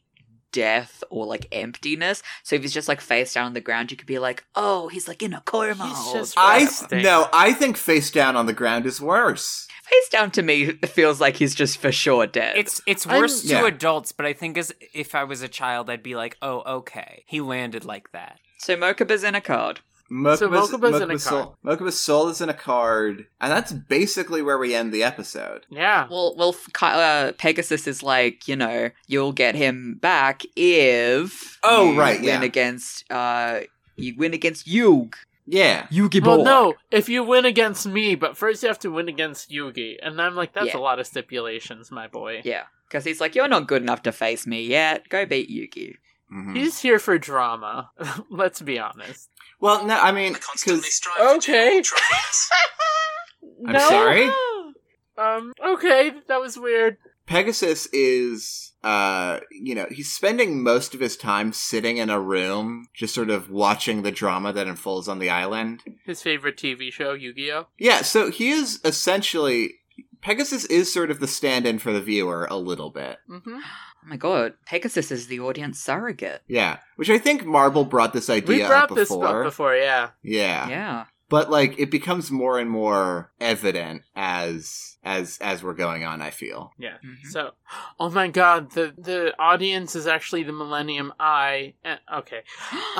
S4: death or like emptiness. So if he's just like face down on the ground, you could be like, oh, he's like in a coma.
S2: He's
S4: or
S2: just-
S3: I
S2: Disgusting.
S3: no, I think face down on the ground is worse.
S4: face down to me feels like he's just for sure dead.
S1: It's it's
S2: I'm-
S1: worse to
S3: Yeah.
S1: adults, but I think as if I was a child, I'd be like, oh okay, he landed like that.
S4: so Mokuba's in a card.
S3: Mokuba's,
S2: So Mokuba's in a
S3: soul, Mokuba's soul is in a card, and that's basically where we end the episode.
S2: Yeah.
S4: Well, well, f- Ki- uh, Pegasus is like, you know, you'll get him back if
S3: Oh,
S4: you
S3: right,
S4: win
S3: yeah.
S4: against uh, you win against Yug,
S3: Yeah,
S4: Yugi
S2: Well,
S4: boy.
S2: no, if you win against me, but first you have to win against Yugi. And I'm like, that's
S4: Yeah.
S2: a lot of stipulations, my boy.
S4: yeah, because he's like, you're not good enough to face me yet. Go beat Yugi.
S3: Mhm.
S2: He's here for drama. Let's be honest.
S3: Well, no, I mean,
S6: I constantly
S3: 'cause-
S6: strive for general
S2: Okay.
S6: drunkenness.
S3: I'm sorry?
S2: Um, okay, that was weird.
S3: Pegasus is, uh, you know, he's spending most of his time sitting in a room, just sort of watching the drama that unfolds on the island.
S2: His favorite TV show, Yu Gi Oh!
S3: Yeah, so he is essentially. Pegasus is sort of the stand in for the viewer a little bit.
S2: Mm-hmm.
S4: Oh my god, Pegasus is the audience surrogate.
S3: Yeah, which I think Marble brought this idea
S2: We brought
S3: up
S2: this up
S3: before.
S2: before, yeah.
S3: Yeah.
S4: Yeah,
S3: but like it becomes more and more evident as as as we're going on. I feel.
S2: Yeah.
S4: Mhm.
S2: So, oh my god, the the audience is actually the Millennium Eye. Eh, okay.
S4: Mm-hmm.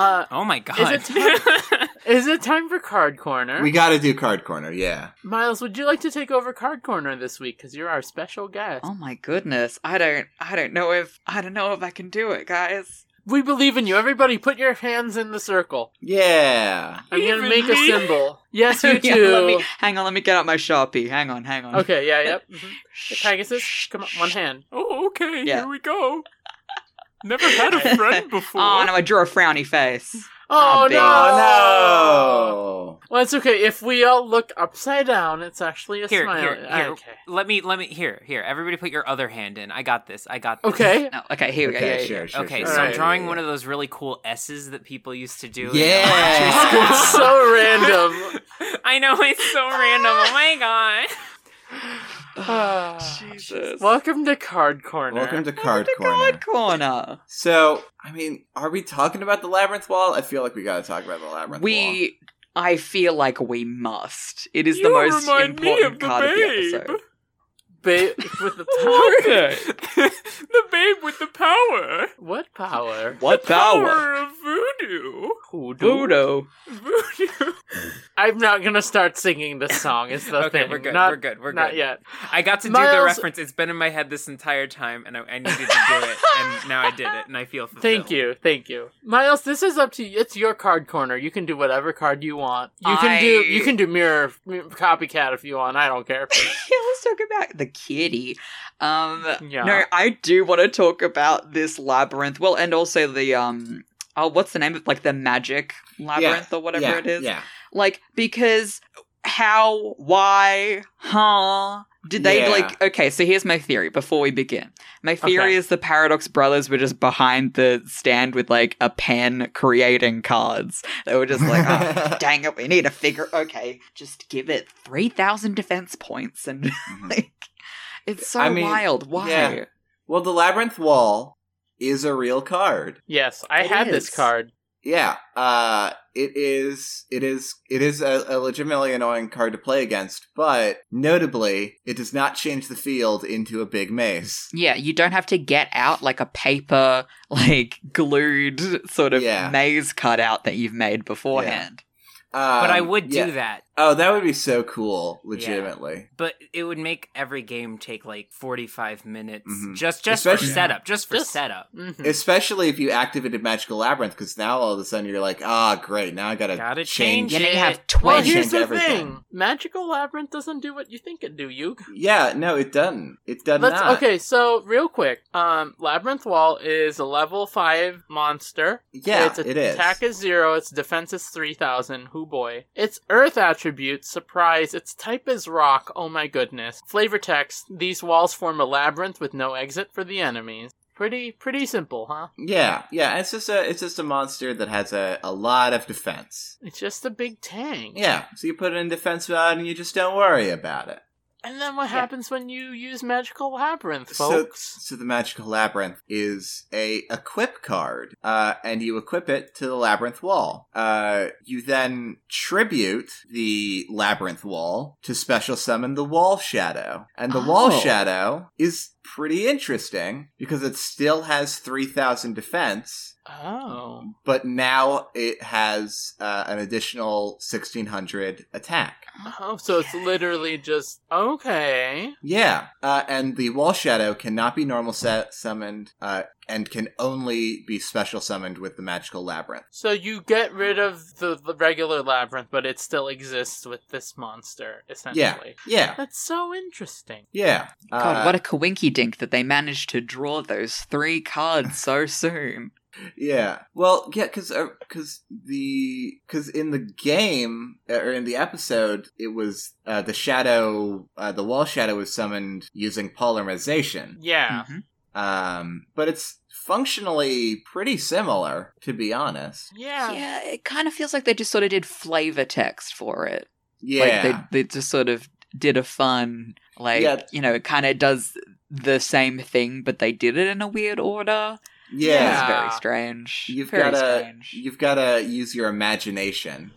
S2: Uh,
S1: Oh my god.
S2: is it time, is it time for Card Corner?
S3: We got to do card corner. Yeah.
S2: Miles, would you like to take over Card Corner this week because you're our special guest?
S4: Oh my goodness, I don't, I don't know if, I don't know if I can do it, guys.
S2: We believe in you. Everybody, put your hands in the circle.
S3: Yeah.
S2: I'm gonna
S5: Even
S2: make a
S5: me?
S2: symbol. Yes, you
S4: Yeah,
S2: too.
S4: let me, hang on, let me get out my sharpie. Hang on, hang on.
S2: Okay. Yeah. Yep. mhm.
S4: Shh,
S2: Pegasus,
S4: shh,
S2: come on,
S4: shh.
S2: one hand.
S5: Oh, okay.
S4: Yeah.
S5: Here we go. Never had a friend before.
S4: Oh no, I drew a frowny face.
S2: Oh,
S4: Oh,
S2: no!
S4: big.
S3: Oh
S2: Well, it's okay. If we all look upside down, it's actually a
S1: Here,
S2: smile. Ah,
S1: here, here.
S2: Okay.
S1: Let me let me here here. Everybody put your other hand in. I got this. I got this.
S2: Okay.
S4: No, okay, here
S3: no.
S4: we go. yeah, yeah,
S3: Okay.
S4: yeah.
S3: Sure. Sure.
S1: Okay,
S3: sure,
S1: so
S3: sure,
S1: I'm
S2: Alright.
S3: yeah,
S1: drawing
S3: yeah,
S1: one of those really cool S's that people used to do. in
S3: Yeah.
S1: elementary
S2: It's
S1: school.
S2: so random.
S1: I know it's so random. Oh my god.
S5: Oh,
S2: Ah.
S4: Jesus.
S2: Welcome to Card Corner.
S3: Welcome to card corner.
S4: God corner.
S3: So, I mean, are we talking about the labyrinth wall? I feel like we got to talk about the labyrinth wall.
S4: We. I feel like we must. It is the
S5: You
S4: most
S5: remind me
S4: important
S5: of the
S4: card
S5: babe.
S4: of the episode.
S2: ba- with the
S5: Look
S2: power.
S5: at the babe with the power.
S2: what power?
S4: What
S5: Power of voodoo.
S4: Voodoo.
S5: Voodoo.
S2: I'm not gonna start singing this song. Is the
S1: Okay,
S2: thing.
S1: we're good.
S2: Not,
S1: we're good. We're
S2: not
S1: good.
S2: yet.
S1: I got to do the
S2: Miles-
S1: reference. It's been in my head this entire time, and I, I needed to do it, and now I did it, and I feel fulfilled.
S2: Thank you, thank you, Miles. This is up to you. It's your card corner. You can do whatever card you want. You can do
S4: I-
S2: you can do mirror m- copycat if you want. I don't care.
S4: yeah, let's talk about the kitty. Um,
S2: Yeah.
S4: No, I do want to talk about this labyrinth. Well, and also the um. Oh, what's the name of like the magic labyrinth or whatever
S3: yeah,
S4: it is?
S3: Yeah.
S4: Like because how why huh did they
S3: Yeah.
S4: like okay so here's my theory before we begin my theory
S2: Okay.
S4: is the paradox brothers were just behind the stand with like a pen creating cards they were just like oh, dang it we need a figure okay just give it 3000 defense points and
S3: Mhm.
S4: like it's so
S3: I mean,
S4: wild why
S3: yeah. well, the labyrinth wall is a real card.
S2: Yes, I
S4: It
S2: had this
S4: is.
S2: card.
S3: Yeah, uh, it is. It is. It is a, a legitimately annoying card to play against, but notably, it does not change the field into a big maze.
S4: Yeah, you don't have to get out like a paper, like glued sort of
S3: Yeah.
S4: maze cutout that you've made beforehand.
S1: But I
S3: Um,
S1: would do
S3: yeah.
S1: that.
S3: Oh, that would be so cool. Legitimately,
S1: But it would make every game take like forty-five minutes,
S4: Mm-hmm.
S3: Mhm.
S1: just just
S3: Especially-
S1: for setup, just for
S2: Just-
S1: setup.
S2: Mhm.
S3: especially if you activated magical labyrinth, because now all of a sudden you're like, ah, great. Now I gotta,
S1: Gotta
S4: You
S1: change
S4: know, you have
S2: Well,
S3: Well,
S4: twenty.
S2: here's
S3: change
S2: the
S3: everything.
S2: thing: Magical Labyrinth doesn't do what you think it do, Yug.
S3: Yeah, no, it doesn't. It does
S2: Let's
S3: not.
S2: okay. So real quick, um, Labyrinth Wall is a level five monster.
S3: Yeah,
S2: its
S3: it is.
S2: attack is zero. Its defense is three thousand. Hoo boy. Its Earth attribute surprise. Its type is rock. Oh my goodness. Flavor text: These walls form a labyrinth with no exit for the enemies. Pretty, pretty simple, huh?
S3: Yeah, yeah. It's just a, it's just a monster that has a, a lot of defense.
S2: It's just a big tank.
S3: Yeah, so you put it in defense mode and you just don't worry about it.
S2: And then what
S4: Yeah.
S2: happens when you use magical labyrinth,
S3: So-
S2: folks?
S3: So the magical labyrinth is a equip card, uh, and you equip it to the labyrinth wall. Uh, you then tribute the labyrinth wall to special summon the wall shadow, and the wall
S4: Oh.
S3: shadow is pretty interesting because it still has three thousand defense.
S2: Oh.
S3: but now it has uh, an additional 1600 attack.
S2: Oh, so it's literally just okay.
S3: Yeah, uh, and the wall shadow cannot be normal sa- summoned uh, and can only be special summoned with the magical labyrinth.
S2: So you get rid of the, the regular labyrinth, but it still exists with this monster, essentially.
S3: Yeah,
S2: That's so interesting.
S3: yeah. Uh,
S4: God, what a coinky dink that they managed to draw those three cards so soon.
S3: Yeah. Well, yeah, because because the because in the game uh, or in the episode, it was uh, the shadow, uh, the wall shadow was summoned using polymerization.
S2: Yeah.
S4: Mhm.
S3: Um, but it's functionally pretty similar, to be honest.
S2: Yeah.
S4: Yeah, it kind of feels like they just sort of did flavor text for it.
S3: Yeah.
S4: Like they, they just sort of did a fun, like,
S3: Yeah.
S4: you know, it kind of does the same thing, but they did it in a weird order.
S3: yeah.
S4: It's
S2: Yeah.
S4: very strange.
S3: You've
S4: very
S3: gotta-
S4: strange.
S3: You've got to use your imagination.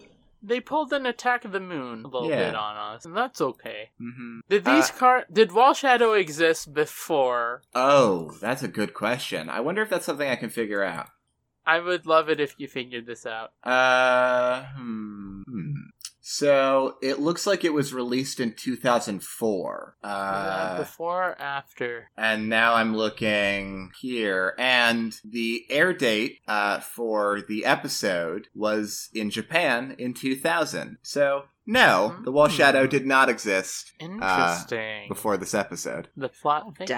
S2: They pulled an attack of the moon a little
S3: Yeah.
S2: bit on us, and that's okay.
S4: Mm-hmm.
S3: hmm
S2: Did these
S3: Uh,
S2: car did Wall Shadow exist before?
S3: Oh, that's a good question. I wonder if that's something I can figure out.
S2: I would love it if you figured this out.
S3: Uh, hmm. hmm. So it looks like it was released in 2004.
S2: Uh,
S3: Uh,
S2: before or after?
S3: and now I'm looking here, and the air date uh, for the episode was in Japan in 2000. So no,
S4: Mm-hmm.
S3: the Wall
S2: Hmm.
S3: Shadow did not exist
S2: Interesting.
S3: uh, before this episode.
S2: the plot
S4: Oh,
S2: thickens.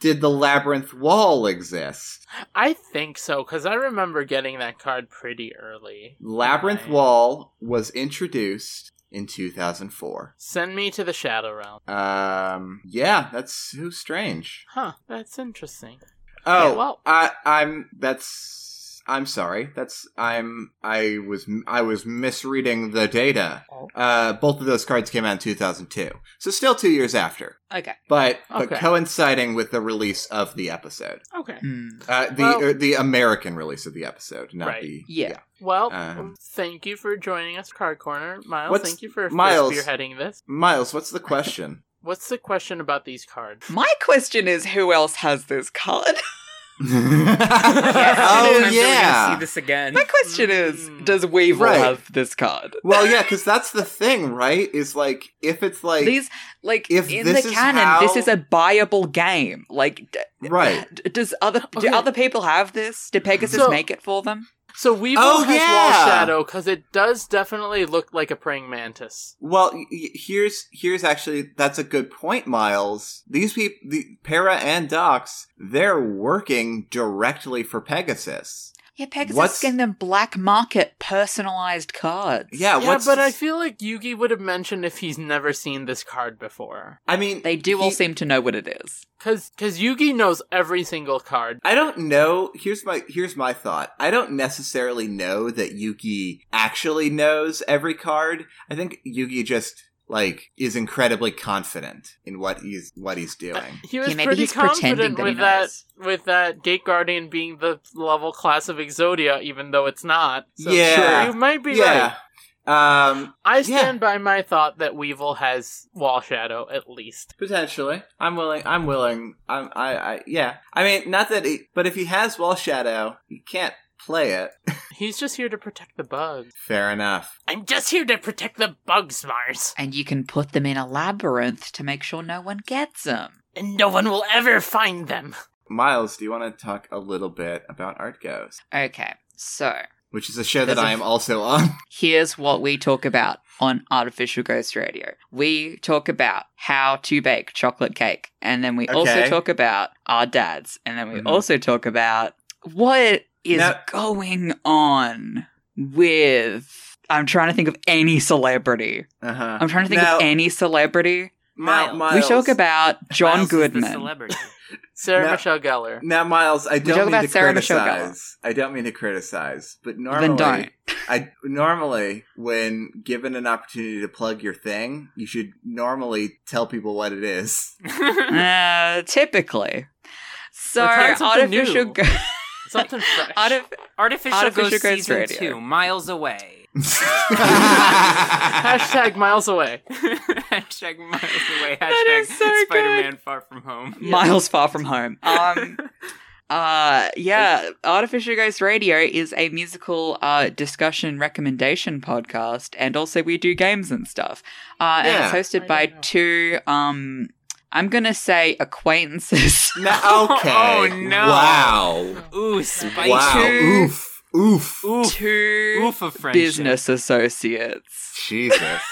S4: dang.
S3: Did the Labyrinth Wall exist?
S2: I think so because I remember getting that card pretty early.
S3: Labyrinth
S2: Right.
S3: Wall was introduced in 2004.
S2: Send me to the Shadow Realm.
S3: Um, yeah, that's so strange.
S2: Huh, that's interesting.
S3: Oh,
S2: Yeah, well-
S3: I, I'm. That's. I'm sorry. That's. I'm. I was. I was misreading the data.
S2: Oh.
S3: Uh, both of those cards came out in 2002, so still two years after,
S4: Okay.
S3: but but
S2: Okay.
S3: coinciding with the release of the episode,
S2: Okay.
S4: Hmm.
S3: uh, the
S2: Well-
S3: uh, the American release of the episode, not
S2: Right.
S3: the
S4: Yeah.
S2: Well,
S3: Um,
S2: thank you for joining us, Card Corner. Miles,
S3: What's-
S2: thank you for
S3: Miles-
S2: Miles. spearheading this.
S3: Miles, what's the question?
S2: What's the question about these cards?
S4: My question is who else has this card?
S1: Sometimes
S3: oh
S1: we're gonna
S3: yeah.
S1: see this again.
S4: My question is
S2: Mm.
S4: does Weevil
S3: Right.
S4: have this card?
S3: Well, yeah, because that's the thing, right? Is like if it's like
S4: These, like,
S3: if
S4: in
S3: this
S4: the
S3: is
S4: canon, this
S3: how-
S4: is a buyable game. Like, d-
S3: right.
S4: d- does other
S2: Okay.
S4: do other people have this? Did Pegasus
S2: So-
S4: make it for them?
S2: So Weevil
S3: Oh,
S2: has
S3: yeah!
S2: Wall Shadow because it does definitely look like a praying mantis.
S3: Well, y- y- here's here's actually that's a good point, Miles. These people, the Para and Docs, they're working directly for Pegasus.
S4: Yeah, Pegasus
S3: What's-
S4: getting them black market personalized cards.
S3: Yeah,
S2: yeah,
S3: what's
S2: but I feel like Yugi would have mentioned if he's never seen this card before.
S3: I mean,
S4: they do all
S3: he-
S4: seem to know what it is.
S2: Cause, cause Yugi knows every single card.
S3: I don't know. Here's my here's my thought. I don't necessarily know that Yugi actually knows every card. I think Yugi just like is incredibly confident in what he's what he's doing.
S2: He was
S4: Yeah, maybe
S2: pretty
S4: he's pretending
S2: confident
S4: that he
S2: with that
S4: knows.
S2: with that Gate Guardian being the level class of Exodia, even though it's not. So
S3: Yeah.
S2: sure, you might be right.
S3: yeah. Um
S2: I
S3: Yeah.
S2: stand by my thought that Weevil has Wall Shadow at least.
S3: Potentially, I'm willing. I'm willing. I'm. I. I. Yeah. I mean, not that. He, but if he has Wall Shadow, he can't play it.
S2: He's just here to protect the bugs.
S3: Fair enough.
S2: I'm just here to protect the bugs, Mars,
S4: And you can put them in a labyrinth to make sure no one gets them.
S2: and no one will ever find them.
S3: Miles, do you want to talk a little bit about Art Goes,
S4: Okay, so
S3: which is a show that
S4: As
S3: I
S4: if-
S3: am also on?
S4: here's what we talk about on Artificial Ghost Radio. We talk about how to bake chocolate cake, and then we also
S3: Okay.
S4: talk about our dads, and then we
S3: Mhm.
S4: also talk about what is
S3: Now-
S4: going on with. I'm trying to think of any celebrity.
S3: Uh huh.
S4: I'm trying to think
S3: now,
S4: of any celebrity.
S3: now, Miles.
S4: We talk about John
S1: Miles is the
S4: Goodman.
S1: celebrity.
S2: Sarah
S3: No.
S2: Michelle Gellar.
S3: Now, Miles, I don't
S4: talk
S3: mean
S4: about
S3: to
S4: Sarah Michelle Gellar.
S3: criticize. I don't mean to criticize, but normally,
S4: Then don't.
S3: I normally when given an opportunity to plug your thing, you should normally tell people what it is.
S4: Uh, typically. So,
S2: We're trying something
S4: artificial,
S2: new.
S4: go-
S2: Something fresh.
S4: artif-
S1: Artificial,
S4: Artificial
S1: Ghost
S4: Ghost
S1: season
S4: Radio.
S1: two, miles away.
S2: Hashtag miles away.
S1: hashtag miles away.
S4: That
S1: Hashtag
S4: is so good.
S1: Spider-Man Far From Home.
S4: miles far from home. Um, Uh, yeah, Artificial Ghost Radio is a musical uh, discussion recommendation podcast, and also we do games and stuff. Uh, and
S3: Yeah.
S4: it's hosted
S2: I
S4: by
S2: don't know.
S4: two. Um, I'm gonna say acquaintances.
S3: No, okay.
S1: Oh, no.
S3: Wow.
S1: Ooh, spicy.
S3: Wow.
S4: Two.
S3: Oof. Oof.
S1: Oof.
S4: two
S1: Oof of friendship.
S4: business associates,
S3: Jesus.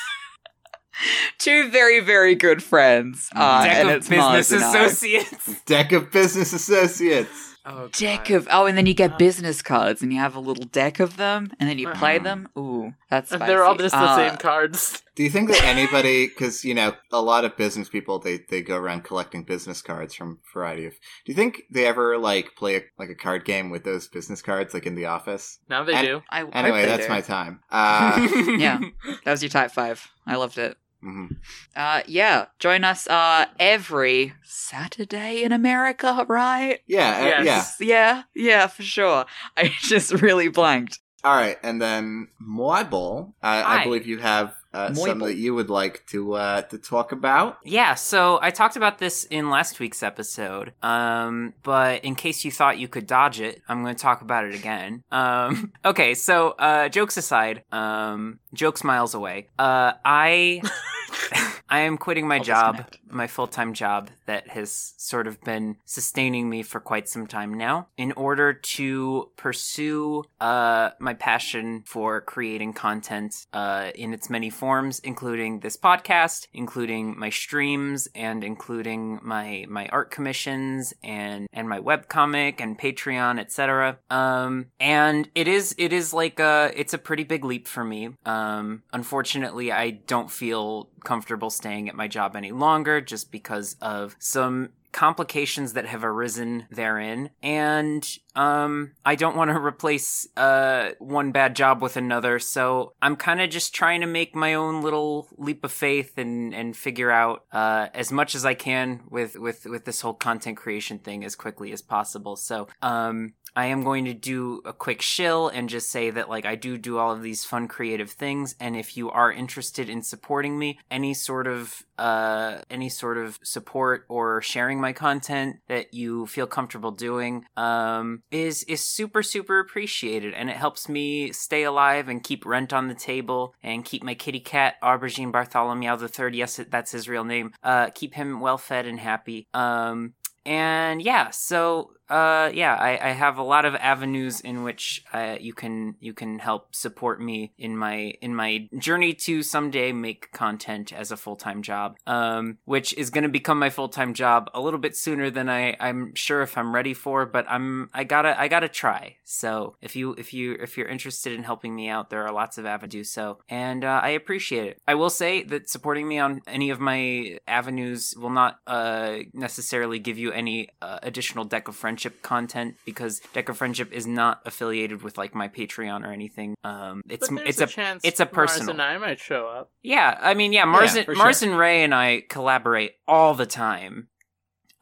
S4: two very very good friends. Uh,
S1: Deck
S4: and
S1: of
S4: it's
S1: business
S4: Mars and I.
S1: associates.
S3: Deck of business associates.
S1: Oh,
S4: Deck
S1: God.
S4: of oh, and then you
S2: Uh,
S4: get business cards, and you have a little deck of them, and then you play
S2: Uh-huh.
S3: Mhm.
S4: them. Ooh, that's
S2: And
S4: spicy.
S2: they're all just the
S4: Uh,
S2: same cards.
S3: Do you think that anybody, because you know, a lot of business people they they go around collecting business cards from a variety of. Do you think they ever like play a, like a card game with those business cards, like in the office?
S2: Now they
S3: and-
S2: do.
S4: I, I
S3: Anyway,
S4: played
S3: that's
S4: it.
S3: my time. Uh,
S4: yeah. That was your type five. I loved it.
S3: mhm.
S4: Uh, yeah, join us uh, every Saturday in America, right?
S3: Yeah, uh, yeah.
S2: Yes.
S4: Yeah, yeah, for sure. I just really blanked.
S3: All right, and then Moibol, I,
S1: Hi.
S3: I believe you have uh, some
S4: Moibol.
S3: that you would like to uh, to talk about.
S1: Yeah, so I talked about this in last week's episode, um, but in case you thought you could dodge it, I'm going to talk about it again. Um, okay, so uh, jokes aside, um, jokes miles away. Uh, I I am quitting my
S4: I'll
S1: job,
S4: disconnect.
S1: my full time job that has sort of been sustaining me for quite some time now, in order to pursue uh, my passion for creating content uh, in its many forms, including this podcast, including my streams, and including my my art commissions and and my webcomic and Patreon, etc. Um, and it is it is like a it's a pretty big leap for me. Um, unfortunately, I don't feel comfortable staying at my job any longer just because of some complications that have arisen therein and um i don't want to replace uh one bad job with another so i'm kind of just trying to make my own little leap of faith and and figure out uh as much as i can with with with this whole content creation thing as quickly as possible so um I am going to do a quick shill and just say that like I do do all of these fun creative things and if you are interested in supporting me any sort of uh any sort of support or sharing my content that you feel comfortable doing um is is super super appreciated and it helps me stay alive and keep rent on the table and keep my kitty cat Aubergine Bartholomew the 3rd yes that's his real name uh keep him well fed and happy um and yeah so uh yeah i i have a lot of avenues in which uh you can you can help support me in my in my journey to someday make content as a full-time job um which is going to become my full-time job a little bit sooner than i i'm sure if i'm ready for but i'm i gotta i gotta try so if you if you if you're interested in helping me out there are lots of avenues to do so and uh, i appreciate it i will say that supporting me on any of my avenues will not uh necessarily give you any uh, additional deck of friendship content because deck of friendship is not affiliated with like my patreon or anything um it's
S2: But there's
S1: it's
S2: a,
S1: a
S2: chance
S1: it's a
S2: Mars
S1: personal.
S2: and I might show up.
S1: yeah, I mean, yeah, Mars,
S3: Yeah,
S1: and,
S3: for
S1: Mars
S3: sure.
S1: and Ray and I collaborate all the time,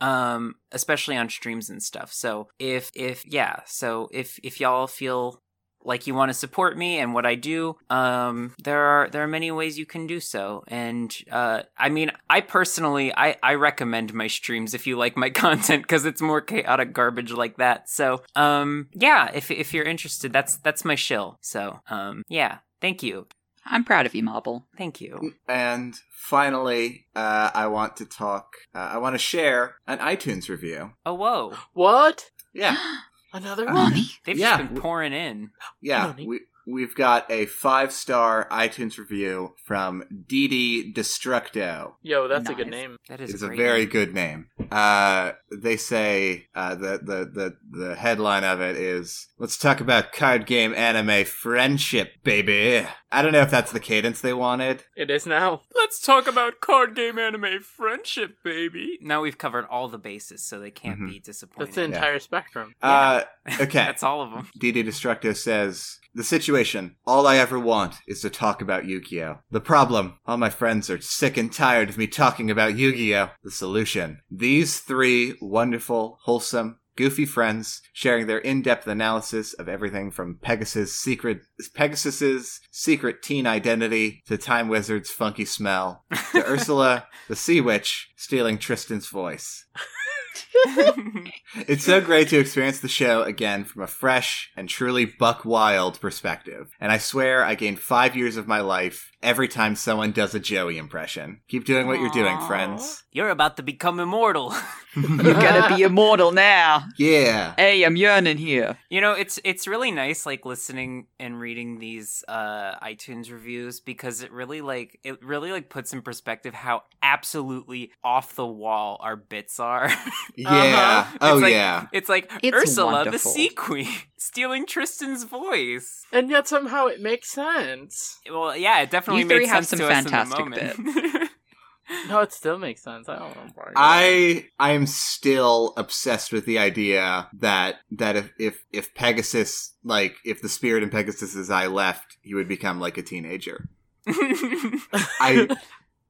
S1: um, especially on streams and stuff. So if if yeah, so if if y'all feel like you want to support me and what I do, um, there are there are many ways you can do so. And uh, I mean, I personally, I I recommend my streams if you like my content because it's more chaotic garbage like that. So um, yeah, if if you're interested, that's that's my shill. So um, yeah, thank you.
S4: I'm proud of you, Marble.
S1: Thank you.
S3: Mm. And finally, uh, I want to talk. Uh, I want to share an iTunes review.
S1: Oh whoa!
S2: What?
S3: Yeah,
S2: Another
S3: Uh,
S2: one?
S1: They've
S3: Yeah.
S1: just been pouring in.
S3: yeah.
S2: Nani?
S3: We we've got a five star iTunes review from DD Destructo.
S2: Yo, that's a good
S4: Nice.
S2: name.
S1: That is
S3: It's a
S1: great.
S3: very good name. Uh, they say uh, the, the the the headline of it is "Let's talk about card game anime friendship, baby." I don't know if that's the cadence they wanted.
S2: It is now.
S5: Let's talk about card game anime friendship, baby.
S1: Now we've covered all the bases, so they can't be disappointed.
S2: That's the entire spectrum.
S3: Uh, Mm-hmm. okay.
S1: That's all of them.
S3: DD Destructo says, The situation. All I ever want is to talk about Yu Gi Oh! The problem. All my friends are sick and tired of me talking about Yu Gi Oh! The solution. These three wonderful, wholesome, goofy friends sharing their in-depth analysis of everything from Pegasus secret Pegasus's secret teen identity to Time Wizard's funky smell to Ursula the Sea Witch stealing Tristan's voice. It's so great to experience the show again from a fresh and truly buck wild perspective. And I swear I gained five years of my life every time someone does a Joey impression. Keep doing what you're doing,
S4: Aw.
S3: friends.
S1: You're about to become immortal.
S4: You're gonna be immortal now.
S3: yeah.
S4: Hey, I'm yearning here.
S1: You know, it's it's really nice like listening and reading these uh iTunes reviews because it really like it really like puts in perspective how absolutely off the wall our bits are.
S3: Yeah. Oh,
S1: Uh-huh. It's like-
S3: yeah.
S1: it's like
S4: It's
S1: Ursula the
S4: wonderful.
S1: Sea Queen stealing Tristan's voice.
S2: and yet somehow it makes sense.
S1: Well, yeah, it definitely
S4: You three
S1: made
S4: have
S1: sense
S4: some
S1: to
S4: fantastic
S1: us in the moment.
S2: No, it still makes sense. I don't know. why.
S3: I I am still obsessed with the idea that that if if if Pegasus like if the spirit in Pegasus's eye left, he would become like a teenager. I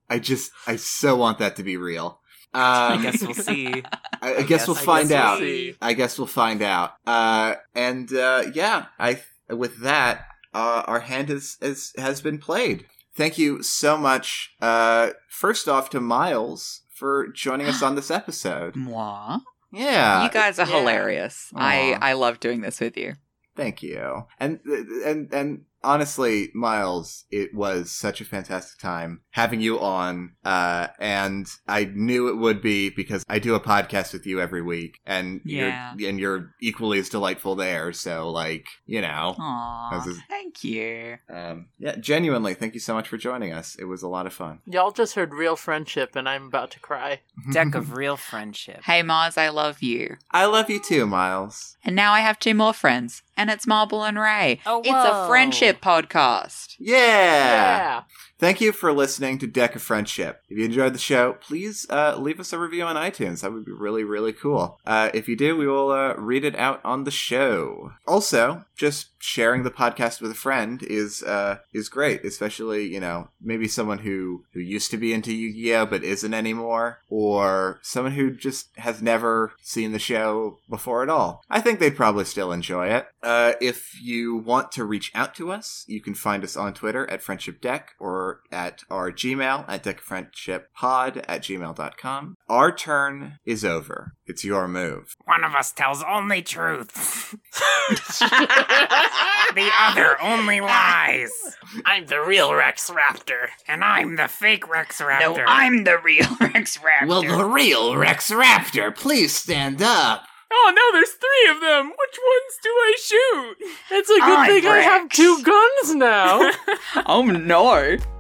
S3: I just I so want that to be real. Um,
S1: I guess we'll see.
S3: I, I guess we'll
S1: I guess
S3: find
S1: we'll
S3: out.
S1: see.
S3: I guess we'll find out. Uh, and uh, yeah, I with that, uh, our hand is, is has been played. Thank you so much. Uh, first off, to Miles for joining us on this episode.
S4: Moi.
S3: Yeah,
S4: you guys are
S2: yeah.
S4: hilarious. I
S3: Uh, Aw.
S4: I love doing this with you.
S3: thank you. And and and honestly, Miles, it was such a fantastic time having you on. Uh, and I knew it would be because I do a podcast with you every week, and
S4: Yeah.
S3: you're and you're equally as delightful there. So like you know.
S4: Aw,
S3: This is-
S4: thank you.
S3: Um, yeah, genuinely, thank you so much for joining us. It was a lot of fun.
S2: Y'all just heard real friendship, and I'm about to cry.
S1: Deck of real friendship.
S4: Hey, Mars, I love you.
S3: I love you too, Miles.
S4: And now I have two more friends, and it's Marble and Ray.
S1: Oh,
S4: it's a
S1: whoa.
S4: friendship podcast.
S3: Yeah. Thank you for listening to Deck of Friendship. If you enjoyed the show, please uh, leave us a review on iTunes. That would be really, really cool. Uh, if you do, we will uh, read it out on the show. Also, just sharing the podcast with a friend is uh, is great, especially you know maybe someone who who used to be into Yu-Gi-Oh but isn't anymore, or someone who just has never seen the show before at all. I think they'd probably still enjoy it. Uh, if you want to reach out to us, you can find us on Twitter at Friendship Deck or at our Gmail at deckfriendshippod at gmail.com. Our turn is over. It's your move.
S1: One of us tells only truth.
S2: the
S1: the other only lies.
S2: I'm the real Rex Raptor.
S1: And I'm the fake Rex Raptor.
S4: the real Rex Raptor.
S3: real Rex Raptor please stand up?
S5: Oh, now there's three of them. Which ones do I shoot?
S2: It's a good
S4: I'm
S2: thing I have
S4: Rex.
S2: two guns now.
S4: oh no.